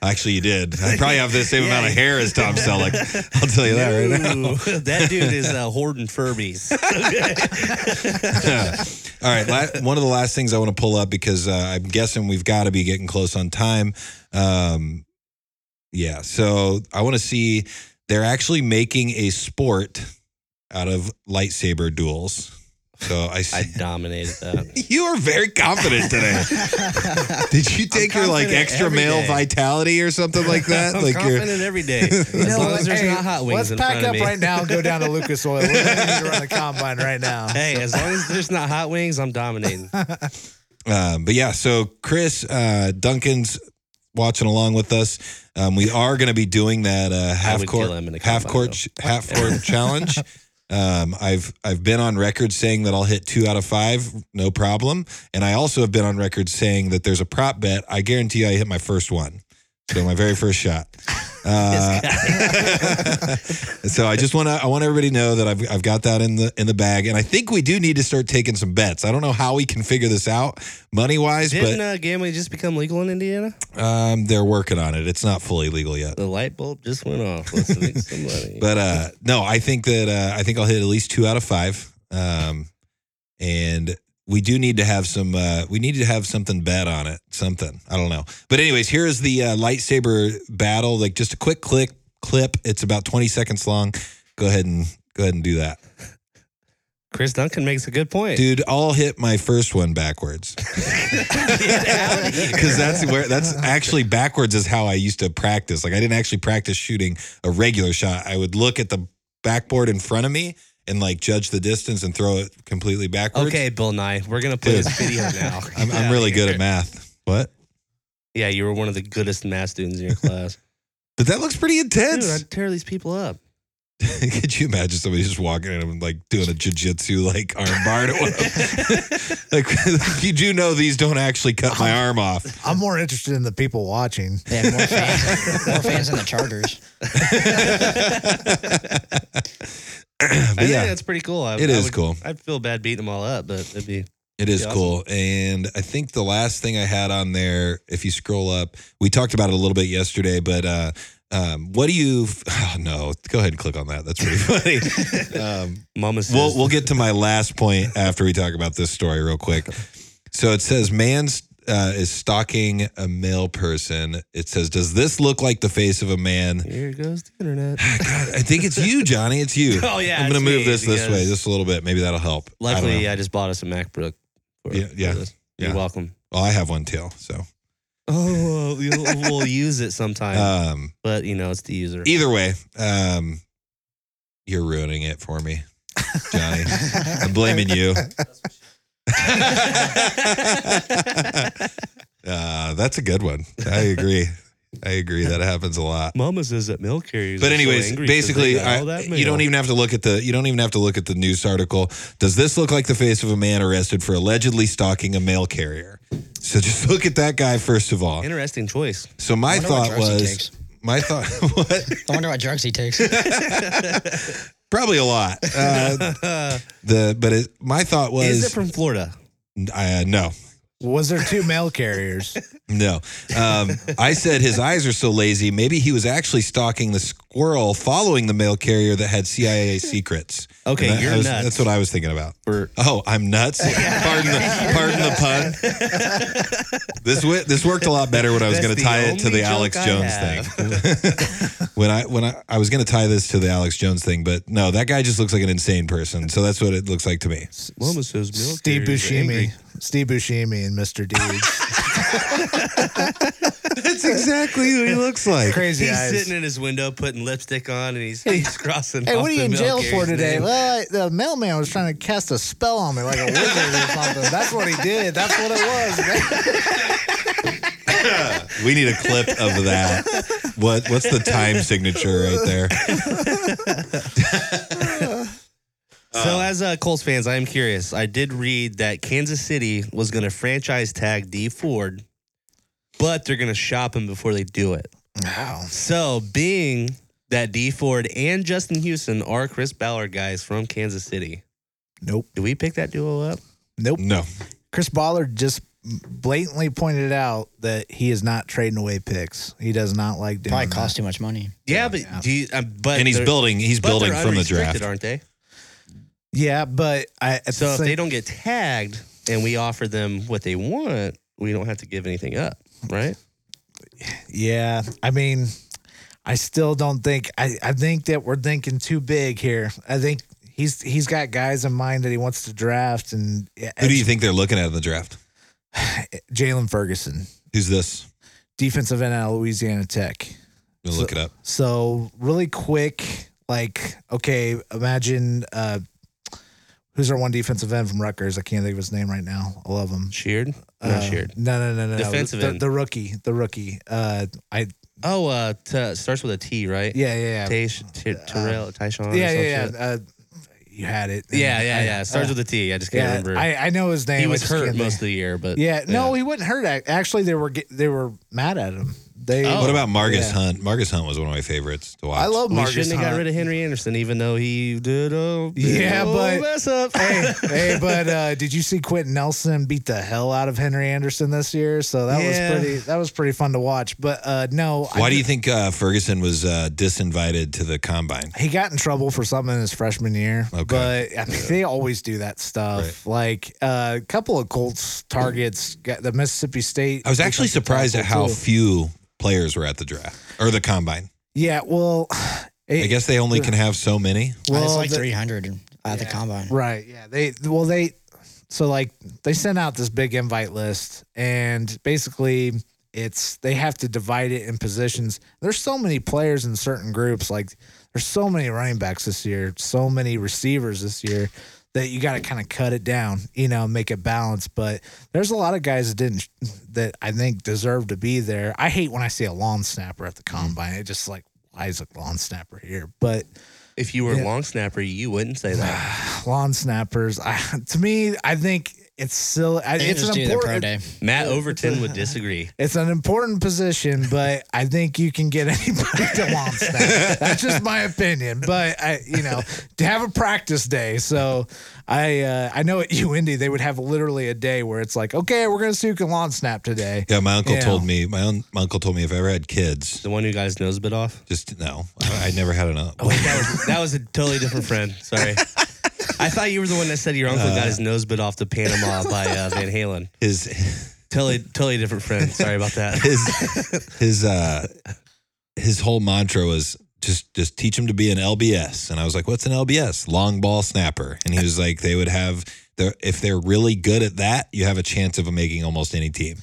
S2: Actually, you did. I probably have the same
S1: Yeah.
S2: amount of hair as Tom Selleck. I'll tell you that right now.
S1: Ooh, [laughs] that dude is uh, hoarding Furbies.
S2: [laughs] All right. La- one of the last things I want to pull up because uh, I'm guessing we've got to be getting close on time. Um, yeah. So I want to see. They're actually making a sport out of lightsaber duels. So I [laughs]
S1: I
S2: see.
S1: dominated that.
S2: you are very confident today. Did you take your like
S1: confident
S2: extra
S1: every
S2: male
S1: day.
S2: vitality or something like that?
S1: [laughs] I'm
S2: like you're.
S1: confident every
S2: [laughs]
S1: day. As
S3: You know
S1: long
S3: what?
S1: as there's
S3: Hey,
S1: not hot wings
S3: let's
S1: in
S3: pack
S1: front of
S3: up
S1: me.
S3: right now and go
S1: [laughs]
S3: down to Lucas Oil. We're gonna need to run the combine right now.
S1: Hey, as long as there's not hot wings,
S2: [laughs]
S1: I'm dominating.
S2: Um, but yeah, so Chris uh, Duncan's watching along with us. Um, we are going to be doing that uh, half
S1: would
S2: court
S1: kill him in a
S2: half
S1: combine,
S2: court
S1: though.
S2: ch- half
S1: [laughs]
S2: court challenge. Um, I've I've been on record saying that I'll hit two out of five, no problem. And I also have been on record saying that there's a prop bet. I guarantee you I hit my first one, so my very first shot. Uh, [laughs] so I just want to I want everybody to know that I've I've got that in the in the bag, and I think we do need to start taking some bets. I don't know how we can figure this out money wise,
S1: Didn't
S2: but
S1: uh, gambling just become legal in Indiana?
S2: um, they're working on it. It's not fully legal yet.
S1: The light bulb just went off. Let's make some money.
S2: [laughs] But uh, no, I think that uh, I think I'll hit at least two out of five. Um, and we do need to have some. Uh, we need to have something bet on it. Something I don't know. But anyways, here is the uh, lightsaber battle. Like just a quick click clip. It's about twenty seconds long. Go ahead and go ahead and do that,
S1: Chris Duncan makes a good point.
S2: dude. I'll hit my first one backwards
S1: [laughs]
S2: because that's where that's actually backwards is how I used to practice. Like I didn't actually practice shooting a regular shot. I would look at the backboard in front of me and like judge the distance and throw it completely backwards.
S1: okay, Bill Nye, we're gonna play this video now.
S2: [laughs] I'm, I'm really good at math. What?
S1: Yeah, you were one of the goodest math students in your class.
S2: But that looks pretty
S1: [laughs] Dude, I
S2: intense.
S1: tear these people
S2: Uh,
S1: up.
S2: [laughs] Could you imagine somebody just walking in and like doing a jujitsu like arm
S1: [laughs]
S2: bar to [laughs] one of them? like [laughs] you do know these don't actually cut
S1: [laughs]
S2: my arm off.
S3: I'm more interested in the people watching.
S4: They have more fans, more fans than the Chargers.
S1: I
S2: But
S1: think
S2: yeah,
S1: that's pretty cool. I,
S2: It
S1: I
S2: is
S1: would-
S2: cool.
S1: I'd feel bad beating them all up, but it'd be
S2: It is
S1: Yeah.
S2: cool. And I think the last thing I had on there, if you scroll up, we talked about it a little bit yesterday, but uh, um, what do you, [laughs] oh, no, go ahead and click on that. That's pretty [laughs] funny. um,
S1: Mama says
S2: we'll, we'll get to my last point after we talk about this story real quick. So it says, man's uh, is stalking a male person. It says, does this look like the face of a man? [sighs]
S1: here goes the
S2: [laughs]
S1: internet. [laughs]
S2: God, I think it's you, Johnny. It's you.
S1: Oh, yeah,
S2: I'm going
S1: it's
S2: to move
S1: me,
S2: this this way
S1: because-
S2: just a little bit. Maybe that'll help. I don't know.
S1: Luckily, I, just bought us a MacBook. For,
S2: Yeah, yeah,
S1: for this.
S2: yeah. [laughs]
S1: You're welcome.
S2: well, I have one too. So,
S1: Oh, [laughs] we'll, we'll use it sometime,
S2: um,
S1: but you know it's the user.
S2: Either way, um, you're ruining it for me,
S1: [laughs]
S2: Johnny. I'm blaming you. uh, that's a good one. I agree. I agree. That happens a lot.
S1: Mama says that milk carriers.
S2: But
S1: are so
S2: anyways,
S1: angry 'cause they
S2: basically,
S1: got
S2: I,
S1: all that
S2: you don't
S1: mail.
S2: even have to look at the you don't even have to look at the news article. Does this look like the face of a man arrested for allegedly stalking a mail carrier? So just [laughs] look at that guy first of all.
S1: Interesting choice.
S2: So my
S4: Wonder what
S2: thought
S4: drugs he
S2: was
S4: takes.
S2: my thought, [laughs] what?
S4: I wonder what drugs he takes.
S2: Probably a
S1: [laughs]
S2: lot. Uh, the but it, my thought
S1: Is it
S2: was
S1: from Florida?
S2: uh, no,
S3: Was there two
S1: [laughs]
S3: mail carriers?
S2: no. Um, I said his eyes are so lazy. Maybe he was actually stalking the squirrel following the mail carrier that had CIA secrets.
S1: Okay,
S2: And that-
S1: you're
S2: I was-
S1: nuts.
S2: That's what I was thinking about.
S1: Or-
S2: Oh, I'm
S1: [laughs]
S2: nuts. pardon the pardon the pun.
S1: [laughs]
S2: this w- this worked a lot better when I was
S1: That's
S2: going to
S1: the
S2: tie it to
S1: only
S2: the Alex
S1: joke I
S2: Jones thing. [laughs] when I when I, I was going to tie this to the Alex Jones thing, but no, that guy just looks like an insane person. So that's what it looks like to me.
S1: Wilma says milk
S3: Steve
S1: carriers are
S3: Buscemi,
S1: angry.
S3: Steve Buscemi, and
S1: [laughs]
S3: Mr. Deeds.
S2: That's exactly who he looks like.
S3: Crazy
S1: He's
S3: eyes.
S1: sitting in his window putting lipstick on, and he's, he's crossing.
S3: [laughs] Hey,
S1: off
S3: what are you
S1: the
S3: in
S1: milk
S3: jail for
S1: carrier's
S3: today?
S1: name.
S3: Well, I, the mailman was trying to cast a spell on me like a wizard or something. That's what he did. That's what it was. man.
S2: We need a clip of that. What what's the time signature right there?
S1: So, as uh, Colts fans, I am curious. I did read that Kansas City was going to franchise tag D Ford, but they're going to shop him before they do it.
S3: Wow.
S1: So, being that D Ford and Justin Houston are Chris Ballard guys from Kansas City,
S3: Nope.
S1: do we pick that duo up?
S3: Nope.
S2: No.
S3: Chris Ballard just blatantly pointed out that he is not trading away picks. He does not like doing
S4: Probably
S3: that.
S4: costs too much money.
S1: Yeah, but do you, uh, but
S2: And he's
S1: they're-
S2: building he's
S1: but
S2: building
S1: they're
S2: from the
S1: unrestricted,
S2: draft.
S1: aren't they?
S3: Yeah, but I at
S1: So
S3: the
S1: if
S3: same-
S1: they don't get tagged and we offer them what they want, we don't have to give anything up, right?
S3: Yeah, I mean, I still don't think. I, I think that we're thinking too big here. I think he's he's got guys in mind that he wants to draft, and
S2: Who do you think they're looking at in the draft?
S3: Jalen Ferguson,
S2: Who's this?
S3: defensive end out of Louisiana Tech.
S2: I'm gonna look it up.
S3: So really quick, like okay, imagine uh, who's our one defensive end from Rutgers? I can't think of his name right now. I love him.
S1: Sheared, not
S3: Uh,
S1: sheared.
S3: No, no, no, no, no.
S1: Defensive
S3: the,
S1: end.
S3: the rookie, the rookie. Uh, I
S1: Oh, uh, t- starts with a T, right?
S3: yeah, yeah, yeah,
S1: Taysh, Ty- Terrell, Tyshawn. or
S3: yeah,
S1: some
S3: yeah.
S1: shit.
S3: yeah. Uh, you had it.
S1: yeah, yeah,
S3: I- uh,
S1: yeah. Starts with a T. I just can't
S3: Yeah,
S1: remember.
S3: I, I know his name.
S1: he
S3: I
S1: was
S3: just
S1: hurt
S3: can't
S1: most of
S3: think.
S1: the year, but
S3: Yeah, no, he wasn't hurt. Ac- Actually, they were get, they were mad at him. They.
S1: Oh.
S2: What about Marcus
S3: Yeah.
S2: Hunt? Marcus Hunt was one of my favorites to watch.
S3: I love
S1: we
S3: Marcus.
S1: shouldn't have got
S3: Hunt.
S1: rid of Henry Anderson, even though he did a big
S3: Yeah,
S1: ol'
S3: but-
S1: mess up.
S3: hey, hey, but uh, did you see Quentin Nelson beat the hell out of Henry Anderson this year? So that
S1: Yeah.
S3: was pretty. That was pretty fun to watch. But uh, no,
S2: Why
S3: I,
S2: do you think uh, Ferguson was uh, disinvited to the combine?
S3: He got in trouble for something in his freshman year,
S2: Okay.
S3: but I mean, they always do that stuff. Like uh, a couple of Colts targets, got the Mississippi State.
S2: I was actually
S3: defensive
S2: surprised at
S3: tackle,
S2: how
S3: too.
S2: few players were at the draft or the combine.
S3: yeah, well, [sighs]
S2: I
S3: it-
S2: guess they only can have so many.
S4: Well, it's like
S3: the-
S4: 300 at the combine.
S3: Right. Yeah. They well they so like they sent out this big invite list and basically it's they have to divide it in positions. There's so many players in certain groups. Like there's so many running backs this year, so many receivers this year that you got to kind of cut it down, you know, make it balanced. But there's a lot of guys that didn't that I think deserve to be there. I hate when I see a lawn snapper at the combine. It just like why is a lawn snapper here? But
S1: If you were a
S3: Yeah.
S1: long snapper, you wouldn't say that.
S3: lawn snappers. I, to me, I think it's silly. I,
S4: They
S3: it's
S4: just
S3: an
S4: do their pro day.
S3: important. [sighs]
S1: Matt Overton
S3: [laughs]
S1: would disagree.
S3: It's an important position, but I think you can get [laughs] anybody to lawn snap. That's just my opinion. But I, you know, to have a practice day. So I, uh, I know at UIndy they would have literally a day where it's like, okay, we're gonna see who can lawn snap today.
S2: Yeah, my uncle
S3: Yeah.
S2: told me. My, own, my uncle told me if I ever had kids,
S1: The one who got his nose bit off.
S2: just no, I, I never had uh, enough.
S1: Oh, wait, that was that was a totally different friend. Sorry. I thought you were the one that said your uncle got
S2: Uh.
S1: his nose bit off to Panama by uh, Van Halen.
S2: His
S1: Totally, totally different friend. Sorry about that.
S2: [laughs] his his uh his whole mantra was just just teach him to be an LBS. And I was like, what's an LBS? Long ball snapper. And he was like, they would have. They're, if they're really good at that, you have a chance of making almost any team.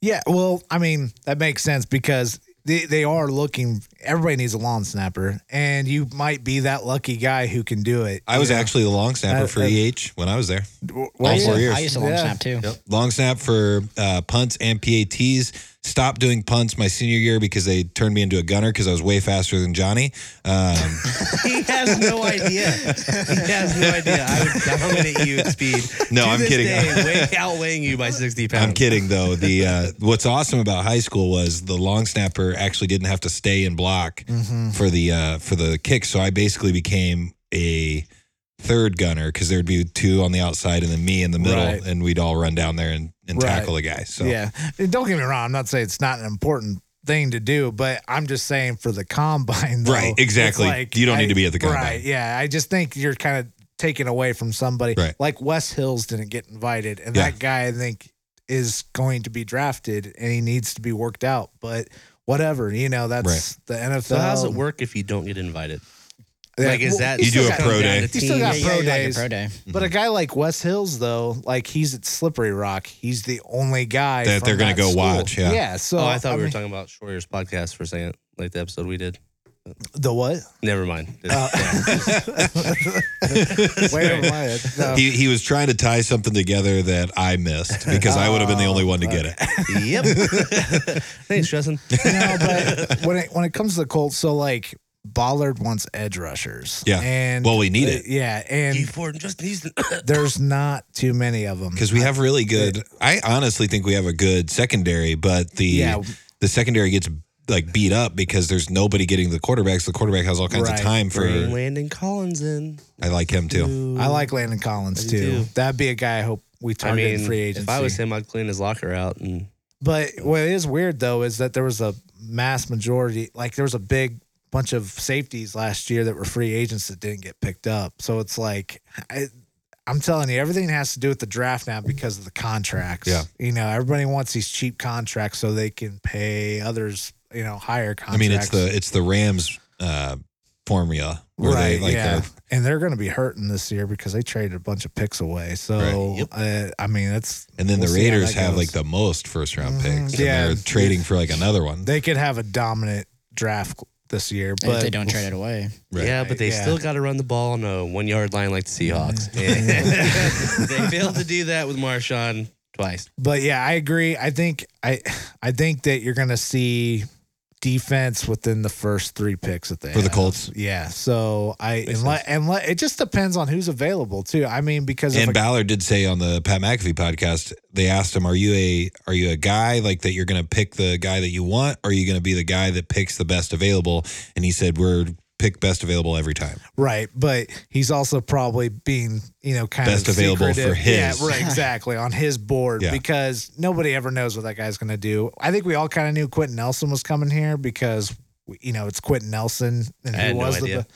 S3: Yeah, well, I mean, that makes sense because they, they are looking everybody needs a lawn snapper and you might be that lucky guy who can do it.
S2: I was
S3: you know?
S2: actually the long snapper
S3: Uh,
S2: for
S3: uh,
S2: EH when I was there.
S3: Well,
S2: All
S4: I used
S2: four
S4: to-
S2: years.
S4: I used to long
S3: Yeah.
S4: snap too.
S2: Long snap for uh, punts and PATs. stopped doing punts my senior year because they turned me into a gunner because I was way faster than Johnny.
S1: [laughs]
S2: Um,
S1: [laughs] He has no idea. He has no idea. I would dominate you at speed.
S2: No,
S1: To
S2: I'm
S1: this
S2: kidding. [laughs]
S1: Day, way outweighing you by 60 pounds.
S2: I'm kidding though. The uh, what's awesome about high school was the long snapper actually didn't have to stay in block
S3: Mm-hmm.
S2: for the uh, for the kick. So I basically became a third gunner because there'd be two on the outside and then me in the middle,
S3: Right.
S2: and we'd all run down there and, and
S3: Right.
S2: tackle the guy. So
S3: Yeah. And don't get me wrong. I'm not saying it's not an important thing to do, but I'm just saying for the combine, though,
S2: Right, exactly.
S3: it's like,
S2: You don't need to be at the
S3: I-
S2: combine.
S3: Right. Yeah. I just think you're kind of taken away from somebody.
S2: Right.
S3: Like Wes Hills didn't get invited, and
S2: Yeah.
S3: that guy I think is going to be drafted, and he needs to be worked out. But whatever, you know, that's the NFL.
S1: So how does it work if you don't get invited?
S3: Yeah,
S1: Like, is
S3: well,
S1: that
S3: you
S2: do
S1: does
S2: a
S1: that
S2: pro
S1: come down
S2: day.
S1: to
S3: You still
S1: team?
S3: got
S1: Yeah,
S3: pro
S4: yeah, like a
S3: days.
S4: pro day.
S3: But
S2: Mm-hmm.
S3: a guy like Wes Hills, though, like he's at Slippery Rock, he's the only guy
S2: That
S3: from
S2: they're gonna
S3: that
S2: go
S3: school.
S2: watch, yeah.
S3: yeah. So
S1: oh, I thought we were
S3: mean,
S1: talking about Shorter's podcast for a second, like the episode we did. [laughs]
S3: the what?
S1: Never mind.
S3: Uh,
S1: Oh.
S3: Way over my [laughs] head. No.
S2: he he was trying to tie something together that I
S3: [laughs]
S2: missed because I would have been the
S3: Oh,
S2: only one to get it.
S1: [laughs]
S2: [laughs]
S1: yep. Thanks, Justin.
S3: no, but when it when it comes to the Colts, so like Bollard wants edge rushers.
S2: Yeah.
S3: And uh,
S2: Well, we need it.
S3: Yeah,
S1: G
S3: and
S1: Ford and Justin Houston.
S3: there's not too many of
S2: [laughs]
S3: them.
S2: because we have
S3: [laughs]
S2: really good. I honestly think we have a good secondary, but the
S3: Yeah.
S2: the secondary gets like beat up because there's nobody getting the quarterbacks. The quarterback has all kinds
S3: Right.
S2: of time for.
S1: Bring Landon Collins in.
S2: I like him too.
S3: I like Landon Collins
S1: I
S3: too.
S1: do too.
S3: That'd be a guy I hope
S1: I
S3: we target
S1: mean,
S3: in free agency.
S1: if I was him, I'd clean his locker out. And
S3: But what is weird though is that there was a mass majority, like there was a big bunch of safeties last year that were free agents that didn't get picked up. So it's like, I, I'm telling you, everything has to do with the draft now because of the contracts.
S2: Yeah.
S3: You know, everybody wants these cheap contracts so they can pay others, you know, higher
S2: I
S3: contracts.
S2: mean, it's the it's the Rams uh, formula where
S3: right,
S2: they like
S3: yeah.
S2: the,
S3: and they're going to be hurting this year because they traded a bunch of picks away. So, uh, I mean, that's
S2: and then
S3: we'll
S2: the
S3: see how
S2: Raiders
S3: that
S2: have
S3: goes.
S2: like the most first round
S3: Mhm.
S2: picks. And
S3: Yeah.
S2: they're trading for like another one.
S3: they could have a dominant draft this year, but
S4: if they don't trade it away.
S2: Right.
S1: yeah, but they
S3: Yeah.
S1: still got to run the ball on a one yard line like the Seahawks. [laughs] And they failed to do that with Marshawn twice.
S3: But yeah, I agree. I think I I think that you're gonna see defense within the first three picks that they
S2: For the
S3: have.
S2: Colts.
S3: Yeah. So I
S1: Makes
S3: unless, unless it just depends on who's available too. I mean, because if
S2: And
S3: a-
S2: Ballard did say on the Pat McAfee podcast, they asked him, "Are you a are you a guy like that? You're going to pick the guy that you want, or are you going to be the guy that picks the best available?" And he said, "We're pick best available every time."
S3: right, but he's also probably being you know kind
S2: Best
S3: of
S2: available for
S3: secretive.
S2: his.
S3: Yeah, right, exactly on his board
S2: Yeah.
S3: because nobody ever knows what that guy's gonna do. I think we all kind of knew Quentin Nelson was coming here because you know it's Quentin Nelson and
S1: I
S3: he
S1: had no
S3: was the.
S1: idea.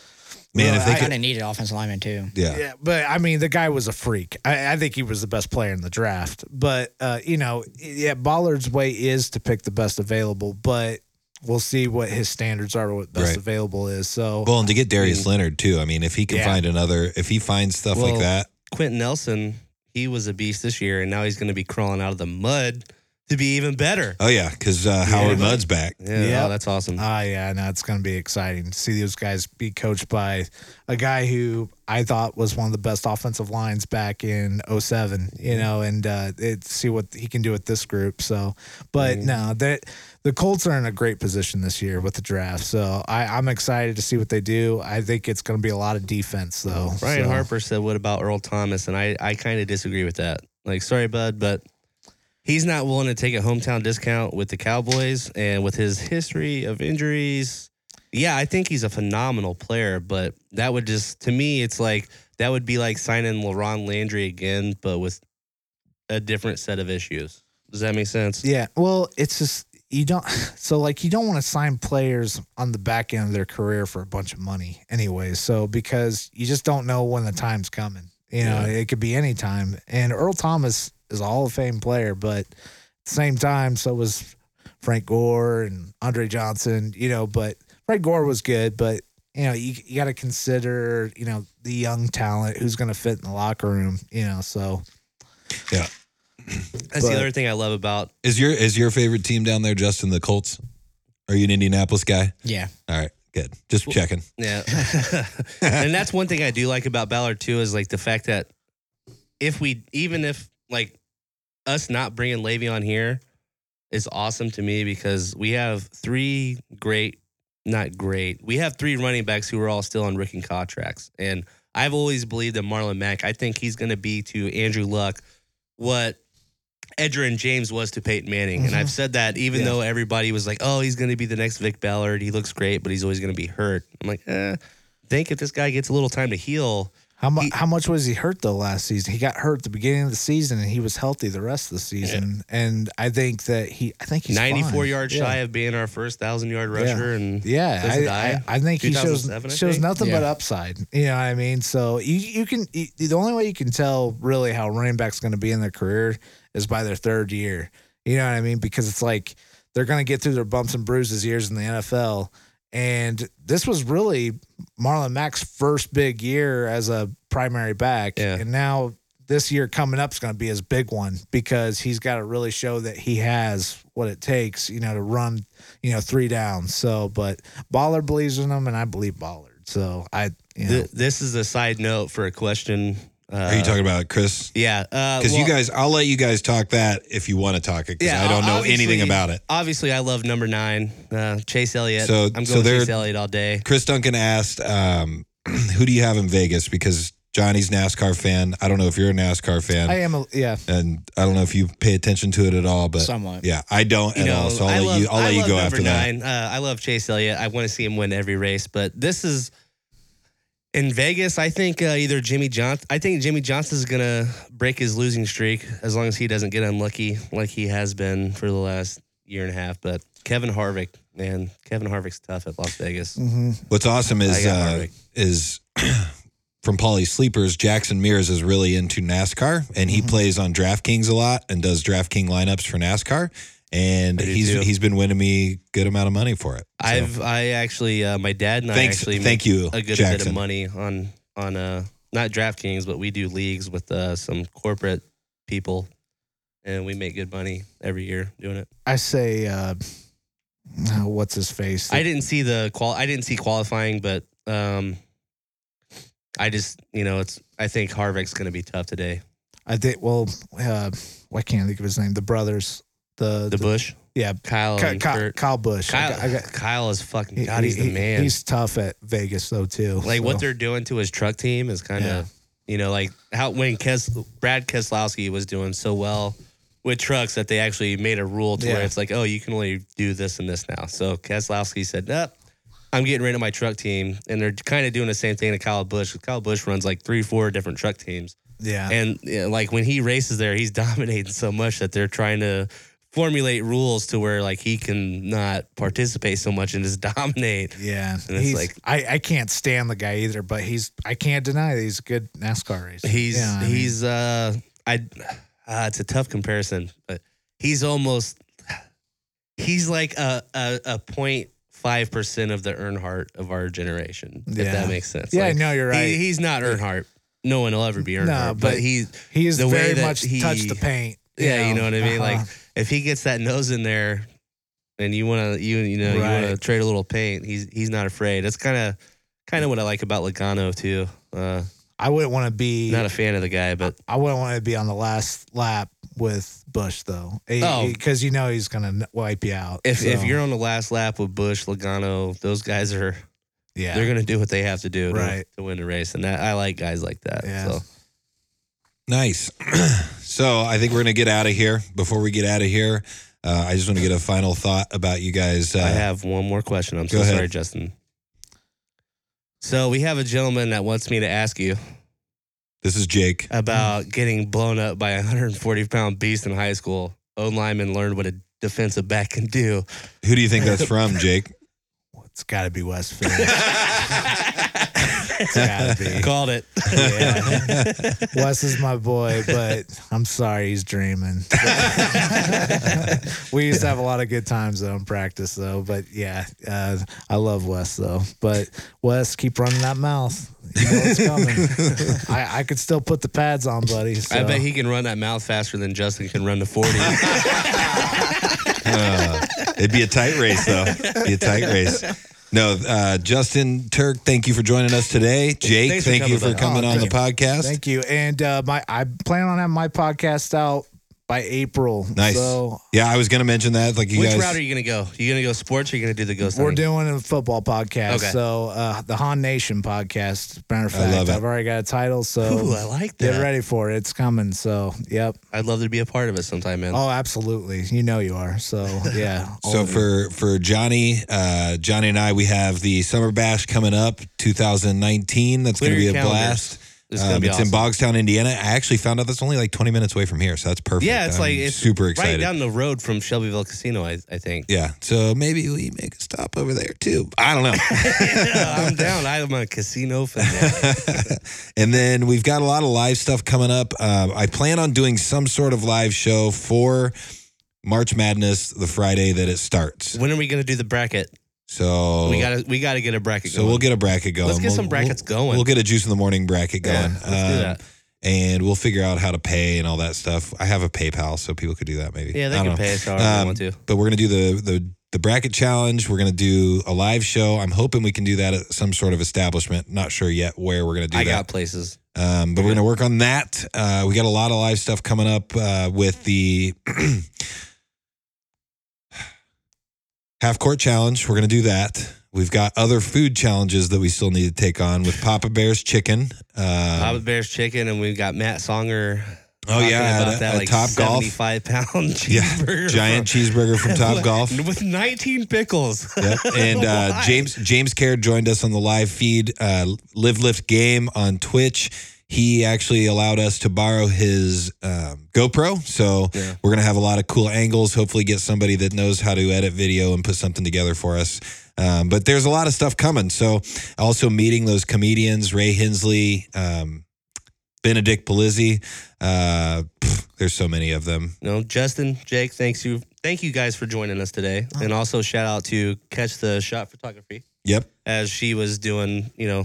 S3: be-
S2: Man,
S3: Well,
S2: if they
S3: I-
S2: could,
S4: Kind of needed offensive lineman too.
S2: yeah.
S3: Yeah, but I mean, the guy was a freak. I, I think he was the best player in the draft. But uh, you know, yeah, Bollard's way is to pick the best available, but we'll see what his standards are, what best
S2: Right.
S3: available is. So
S2: Well, and to get Darius Leonard too. I mean, if he can
S3: Yeah.
S2: find another, if he finds stuff like
S1: Well,
S2: that,
S1: Quentin Nelson, he was a beast this year, and now he's going to be crawling out of the mud to be even better.
S2: oh yeah, because uh, Howard
S1: but-
S2: Mudd's back.
S1: Yeah,
S3: Yeah.
S1: oh, that's awesome.
S3: Ah, yeah, no, it's going to be exciting to see those guys be coached by a guy who I thought was one of the best offensive lines back in 07, you know, and uh, it, see what he can do with this group. So, but no, that the Colts are in a great position this year with the draft. So I, I'm excited to see what they do. I think it's going to be a lot of defense, though.
S1: Brian
S3: So-
S1: Harper said, "What about Earl Thomas?" And I, I kind of disagree with that. Like, sorry, bud, but he's not willing to take a hometown discount with the Cowboys and with his history of injuries. Yeah, I think he's a phenomenal player, but that would just to me, it's like that would be like signing LaRon Landry again, but with a different set of issues. Does that make sense?
S3: Yeah. Well, it's just you don't [laughs] so like you don't want to sign players on the back end of their career for a bunch of money anyway. So because you just don't know when the time's coming. You know, it could be any time. And Earl Thomas is a Hall of Fame player, but at the same time, so was Frank Gore and Andre Johnson, you know, but Frank Gore was good, but you know, you, you got to consider, you know, the young talent who's going to fit in the locker room, you know. So,
S1: That's
S3: But-
S1: the other thing I love about
S2: Is your is your favorite team down there, Justin? The Colts? Are you an Indianapolis guy?
S4: Yeah.
S2: All right, good. Just checking.
S3: [laughs]
S1: Yeah. and that's one thing I do like about Ballard too is like the fact that if we even if like us not bringing Le'Veon here, is awesome to me because we have three great, not great, we have three running backs who are all still on rookie contracts. And I've always believed in Marlon Mack. I think he's going to be to Andrew Luck what Edger and James was to Peyton Manning. And I've said that even
S3: Yeah.
S1: though everybody was like, oh, he's going to be the next Vic Ballard. He looks great, but he's always going to be hurt. I'm like, eh, I think if this guy gets a little time to heal,
S3: How much?
S1: He-
S3: how much was he hurt though last season? He got hurt at the beginning of the season, and he was healthy the rest of the season. And I think that he, I think he's
S1: 94
S3: fine.
S1: yards
S3: Yeah.
S1: shy of being our first 1,000 yard rusher. And
S3: Yeah,
S1: Doesn't
S3: I,
S1: die.
S3: I, I think he shows
S1: 2007, I
S3: shows
S1: think.
S3: nothing but
S4: Yeah.
S3: upside. You know what I mean? So you you can you, the only way you can tell really how running backs going to be in their career is by their third year. You know what I mean? Because it's like they're going to get through their bumps and bruises years in the NFL. And this was really Marlon Mack's first big year as a primary back,
S1: Yeah.
S3: and now this year coming up is going to be his big one because he's got to really show that he has what it takes, you know, to run, you know, three downs. So, but Ballard believes in him, and I believe Ballard. So I, you know,
S1: th- this is a side note for a question. Uh,
S2: Are you talking about Chris?
S1: Yeah. uh, Because
S2: Because you guys, I'll let you guys talk that if you want to talk it. Because
S1: Yeah,
S2: I don't know
S1: obviously-
S2: anything about it.
S1: Obviously, I love number nine, uh, Chase Elliott.
S2: So-
S1: I'm going
S2: so they're-
S1: Chase Elliott all day.
S2: Chris Duncan asked, um, [clears throat] "Who do you have in Vegas?" Because Johnny's NASCAR fan. I don't know if you're a NASCAR fan,
S3: I am, a, yeah,
S2: and I don't know if you pay attention to it at all. But
S4: Somewhat.
S2: yeah, I don't
S1: You
S2: at
S1: know,
S2: all. So
S1: I
S2: I'll
S1: love,
S2: let you. I'll
S1: I
S2: let you
S1: love
S2: go
S1: number
S2: after that.
S1: nine. Uh, I love Chase Elliott. I want to see him win every race, but this is in Vegas. I think uh, either Jimmy Johnson. I think Jimmy Johnson's gonna break his losing streak as long as he doesn't get unlucky like he has been for the last year and a half. But Kevin Harvick, man, Kevin Harvick's tough at Las Vegas.
S3: hmm
S2: What's awesome
S1: I
S2: is
S1: got
S2: uh,
S1: Harvick.
S2: is [clears throat] from Polly Sleepers, Jackson Mears is really into NASCAR and
S1: Mm-hmm.
S2: he plays on DraftKings a lot and does DraftKings lineups for NASCAR. And
S1: I do
S2: he's
S1: too.
S2: he's been winning me good amount of money for it. So,
S1: I've I actually uh, my dad and
S2: thanks,
S1: I actually
S2: thank you, [laughs]
S1: a good
S2: Jackson.
S1: bit of money on on uh not DraftKings, but we do leagues with uh, some corporate people, and we make good money every year doing it.
S3: I say, uh, oh, what's his face?
S1: I didn't see the qual I didn't see qualifying, but um, I just you know it's I think Harvick's gonna be tough today.
S3: I did. Well, uh, why can't I think of his name? The brothers, the,
S1: The Bush,
S3: yeah,
S1: Kyle,
S3: Ky-
S1: and
S3: Ky-
S1: Kurt.
S3: Kyle Bush. I
S1: Kyle,
S3: got- I got-
S1: Kyle is fucking
S3: he-
S1: God. He's
S3: he-
S1: the man.
S3: He's tough at Vegas though too.
S1: like
S3: so.
S1: what they're doing to his truck team is kind of
S3: Yeah.
S1: you know like how when Kes, Brad Keselowski was doing so well with trucks that they actually made a rule to where
S3: Yeah.
S1: it's like oh you can only do this and this now so Keselowski said nope I'm getting rid of my truck team and they're kind of doing the same thing to Kyle Busch Kyle Busch runs like three four different truck teams
S3: yeah.
S1: and you know, like when he races there he's [laughs] dominating so much that they're trying to formulate rules to where like he can not participate so much and just [laughs] dominate
S3: Yeah,
S1: And it's
S3: he's
S1: like-
S3: I, I can't stand the guy either, but he's I can't deny that he's a good NASCAR racer.
S1: He's
S3: You know what I mean?
S1: he's uh I uh, it's a tough comparison, but he's almost he's like a a, a 05 percent of the Earnhardt of our generation. If
S3: Yeah.
S1: that makes sense.
S3: yeah,
S1: Like,
S3: no, you're right.
S1: he,
S3: He,
S1: he's not Earnhardt. No one will ever be Earnhardt. but,
S3: but
S1: he
S3: is
S1: the way
S3: very
S1: that
S3: much
S1: he-
S3: touched the paint.
S1: yeah, you know what I mean.
S3: Uh-huh.
S1: Like if he gets that nose in there, and you want to you you know you want to
S3: Right.
S1: trade a little paint, he's he's not afraid. That's kind of kind of what I like about Logano too. Uh,
S3: I wouldn't want to be
S1: not a fan of the guy, but
S3: I wouldn't want to be on the last lap with Bush though.
S1: Oh.
S3: because you know he's gonna n- wipe you out.
S1: If if
S3: so,
S1: you're on the last lap with Bush, Logano, those guys are
S3: yeah,
S1: they're gonna do what they have to do to,
S3: Right.
S1: to win the race, and that, I like guys like that.
S3: Yeah.
S1: So
S2: Nice. [clears throat] so I think we're gonna get out of here. Before we get out of here, uh, I just want to get a final thought about you guys. Uh,
S1: I have one more question. I'm so
S2: Go ahead.
S1: sorry, Justin. So we have a gentleman that wants me to ask you
S2: this is Jake.
S1: about getting blown up by a 140 pound beast in high school. O lineman learned what a defensive back can do.
S2: Who do you think that's from, Jake?
S3: it's got to be West Philly.
S1: [laughs]
S3: it's got to be.
S1: Called
S2: [laughs]
S1: it.
S3: Yeah. [laughs] Wes is my boy, but I'm sorry he's dreaming. [laughs] we used to have a lot of good times though in practice though, but yeah, uh, I love Wes though. But Wes, keep running that mouth. You know it's coming.
S1: [laughs]
S3: I, I could still put the pads on, buddy. So.
S1: I bet he can run that mouth faster than Justin can run the 40.
S2: [laughs] Uh, it'd be a tight race, though. Be a tight race. No, uh, Justin Turk, thank you for joining us today. Jake,
S1: Thanks for
S2: thank you
S1: coming
S2: for
S1: by.
S2: coming
S3: Oh,
S2: on the
S3: thank
S2: podcast.
S3: Thank you. And uh, my I plan on having my podcast out by April.
S2: Nice.
S3: So
S2: yeah, I was gonna mention that. Like you
S1: Which
S2: guys,
S1: route are you gonna go? You gonna go sports or you gonna do the ghost
S3: we're
S1: hunting?
S3: doing a football podcast.
S1: Okay.
S3: So uh, the Han Nation podcast. Matter of
S2: I
S3: fact,
S2: love it.
S3: I've already got a title. So
S1: Ooh, I like
S3: get
S1: that.
S3: ready for it. It's coming. So yep.
S1: I'd love to be a part of it sometime, man.
S3: Oh, absolutely. You know you are. So yeah.
S2: [laughs]
S3: all
S2: So
S3: of you.
S2: for for Johnny, uh, Johnny and I, we have the Summer Bash coming up, 2019. That's
S1: Clear
S2: going to be
S1: your
S2: a
S1: calendars.
S2: blast.
S1: It's gonna
S2: Um,
S1: be
S2: it's in
S1: awesome.
S2: Bogstown, Indiana. I actually found out that's only like 20 minutes away from here, so that's perfect.
S1: yeah, it's
S2: I'm
S1: like it's
S2: super excited.
S1: Right down the road from Shelbyville Casino, I, I think.
S2: yeah, so maybe we make a stop over there too. I don't know.
S1: [laughs]
S2: [laughs]
S1: yeah, I'm down. I'm a casino fan.
S2: and then we've got a lot of live stuff coming up. Um, I plan on doing some sort of live show for March Madness the Friday that it starts.
S1: when are we gonna do the bracket?
S2: So
S1: We gotta we gotta get a bracket.
S2: Oh. So we'll get a bracket going.
S1: Let's get
S2: We'll-
S1: some brackets
S2: we'll- uh,
S1: going.
S2: We'll get a juice in the morning bracket going. Um,
S1: Yeah, let's do that.
S2: And we'll figure out how to pay and all that stuff. I have a PayPal, so people could do that maybe.
S1: Yeah, they
S2: I
S1: can
S2: don't know.
S1: pay us however they
S2: Um,
S1: want to.
S2: But we're gonna do the the the bracket challenge. We're gonna do a live show. I'm hoping we can do that at some sort of establishment. Not sure yet where we're gonna do
S1: I
S2: that.
S1: got places.
S2: Um, but we're going to work on that. Uh, we got a lot of live stuff coming up uh, with the [clears throat] half court challenge. We're going to do that. We've got other food challenges that we still need to take on with Papa Bear's chicken. Uh,
S1: Papa Bear's chicken, and we've got Matt Songer.
S2: oh
S1: talking
S2: yeah,
S1: about
S2: at-
S1: that
S2: at
S1: like
S2: Top Golf.
S1: seventy-five pound [laughs]
S2: Yeah,
S1: cheeseburger,
S2: giant cheeseburger from Top Golf.
S1: [laughs] with nineteen pickles. [laughs]
S2: Yep. And uh,
S1: Why?
S2: James James Kerr joined us on the live feed, uh, Live Lift Game on Twitch. He actually allowed us to borrow his um, GoPro, so
S1: Yeah.
S2: we're gonna have a lot of cool angles. Hopefully, get somebody that knows how to edit video and put something together for us. Um, but there's a lot of stuff coming. So also meeting those comedians, Ray Hinsley, um, Benedict Polizzi. Uh, pff, there's so many of them.
S1: No, Justin, Jake, thanks you, thank you guys for joining us today,
S2: Oh.
S1: and also shout out to Catch the Shot Photography
S2: Yep.
S1: as she was doing, you know,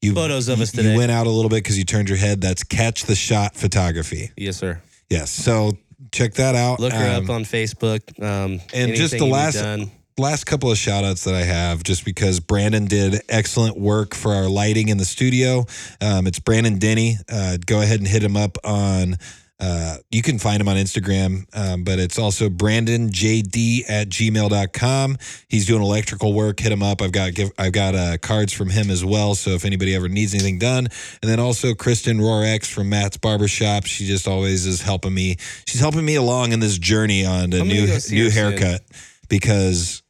S2: You,
S1: Photos of us
S2: you-
S1: today.
S2: You went out a little bit because you turned your head. That's catch the shot photography.
S1: yes sir.
S2: Yes. So check that out.
S1: Look her
S2: Um,
S1: up on Facebook. Um,
S2: and just the
S1: anything you need
S2: last-
S1: done.
S2: last couple of shout outs that I have, just because Brandon did excellent work for our lighting in the studio. Um, it's Brandon Denny. Uh, go ahead and hit him up on. Uh, you can find him on Instagram, um, but it's also brandonjd at gmail.com. He's doing electrical work. Hit him up. I've got give, I've got uh, cards from him as well. So if anybody ever needs anything done, and then also Kristen Rorex from Matt's Barbershop. She just always is helping me. She's helping me along in this journey on a
S1: I'm gonna
S2: new
S1: go see
S2: new
S1: her soon.
S2: haircut because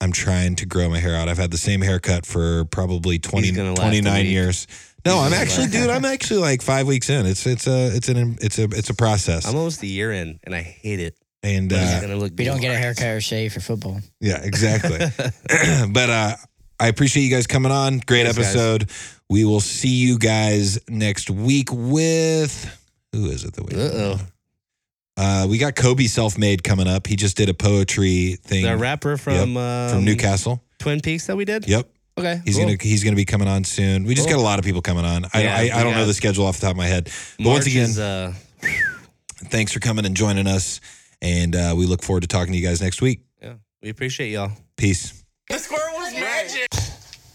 S2: I'm trying to grow my hair out. I've had the same haircut for probably 20,
S1: gonna last a
S2: 29
S1: week.
S2: years. No, I'm
S1: gonna
S2: actually,
S1: last-
S2: dude, I'm actually like five weeks in. It's it's a it's an it's a it's a process.
S1: I'm almost a year in, and I hate it.
S2: and
S1: But it's
S2: uh,
S1: gonna look.
S4: We don't get a
S1: glorious.
S4: haircut or shave for football.
S2: yeah,
S1: [laughs]
S2: exactly. [clears throat] but uh, I appreciate you guys coming on. Great
S1: Thanks, guys.
S2: episode. We will see you guys next week with who is it that we?
S1: Uh oh.
S2: Uh, we got Kobe self made coming up. He just did a poetry thing
S1: The rapper from um,
S2: from Newcastle.
S1: Twin Peaks that we did.
S2: Yep.
S1: Okay.
S2: He's
S1: cool.
S2: gonna he's gonna be coming on soon. We just
S1: Cool.
S2: got a lot of people coming on. I,
S1: Yeah, we
S2: I, I don't know
S1: got-
S2: the schedule off the top of my head. But
S1: March
S2: once again,
S1: is, uh,
S2: thanks for coming and joining us, and uh, we look forward to talking to you guys next week.
S1: yeah, we appreciate y'all.
S2: Peace.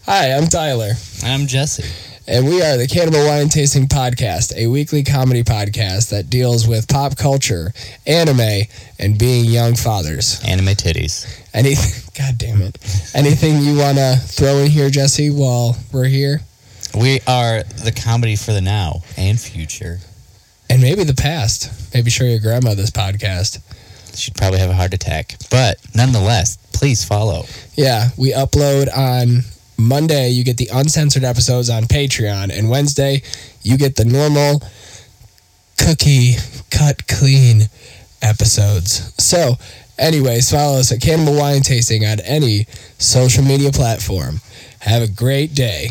S8: Hi, I'm Tyler,
S4: I'm Jesse.
S8: and we are the Cannibal Wine Tasting Podcast, a weekly comedy podcast that deals with pop culture, anime, and being young fathers.
S9: Anime titties.
S8: Anything, [laughs] God damn it. Anything you want to throw in here, Jesse, while we're here?
S9: We are the comedy for the now and future.
S8: And maybe the past. Maybe show your grandma this podcast.
S9: She'd probably have a heart attack. But nonetheless, please follow.
S8: Yeah, we upload on Monday. You get the uncensored episodes on Patreon, and Wednesday, you get the normal cookie cut clean episodes. So, anyways, follow us at Cannibal Wine Tasting on any social media platform. Have a great day.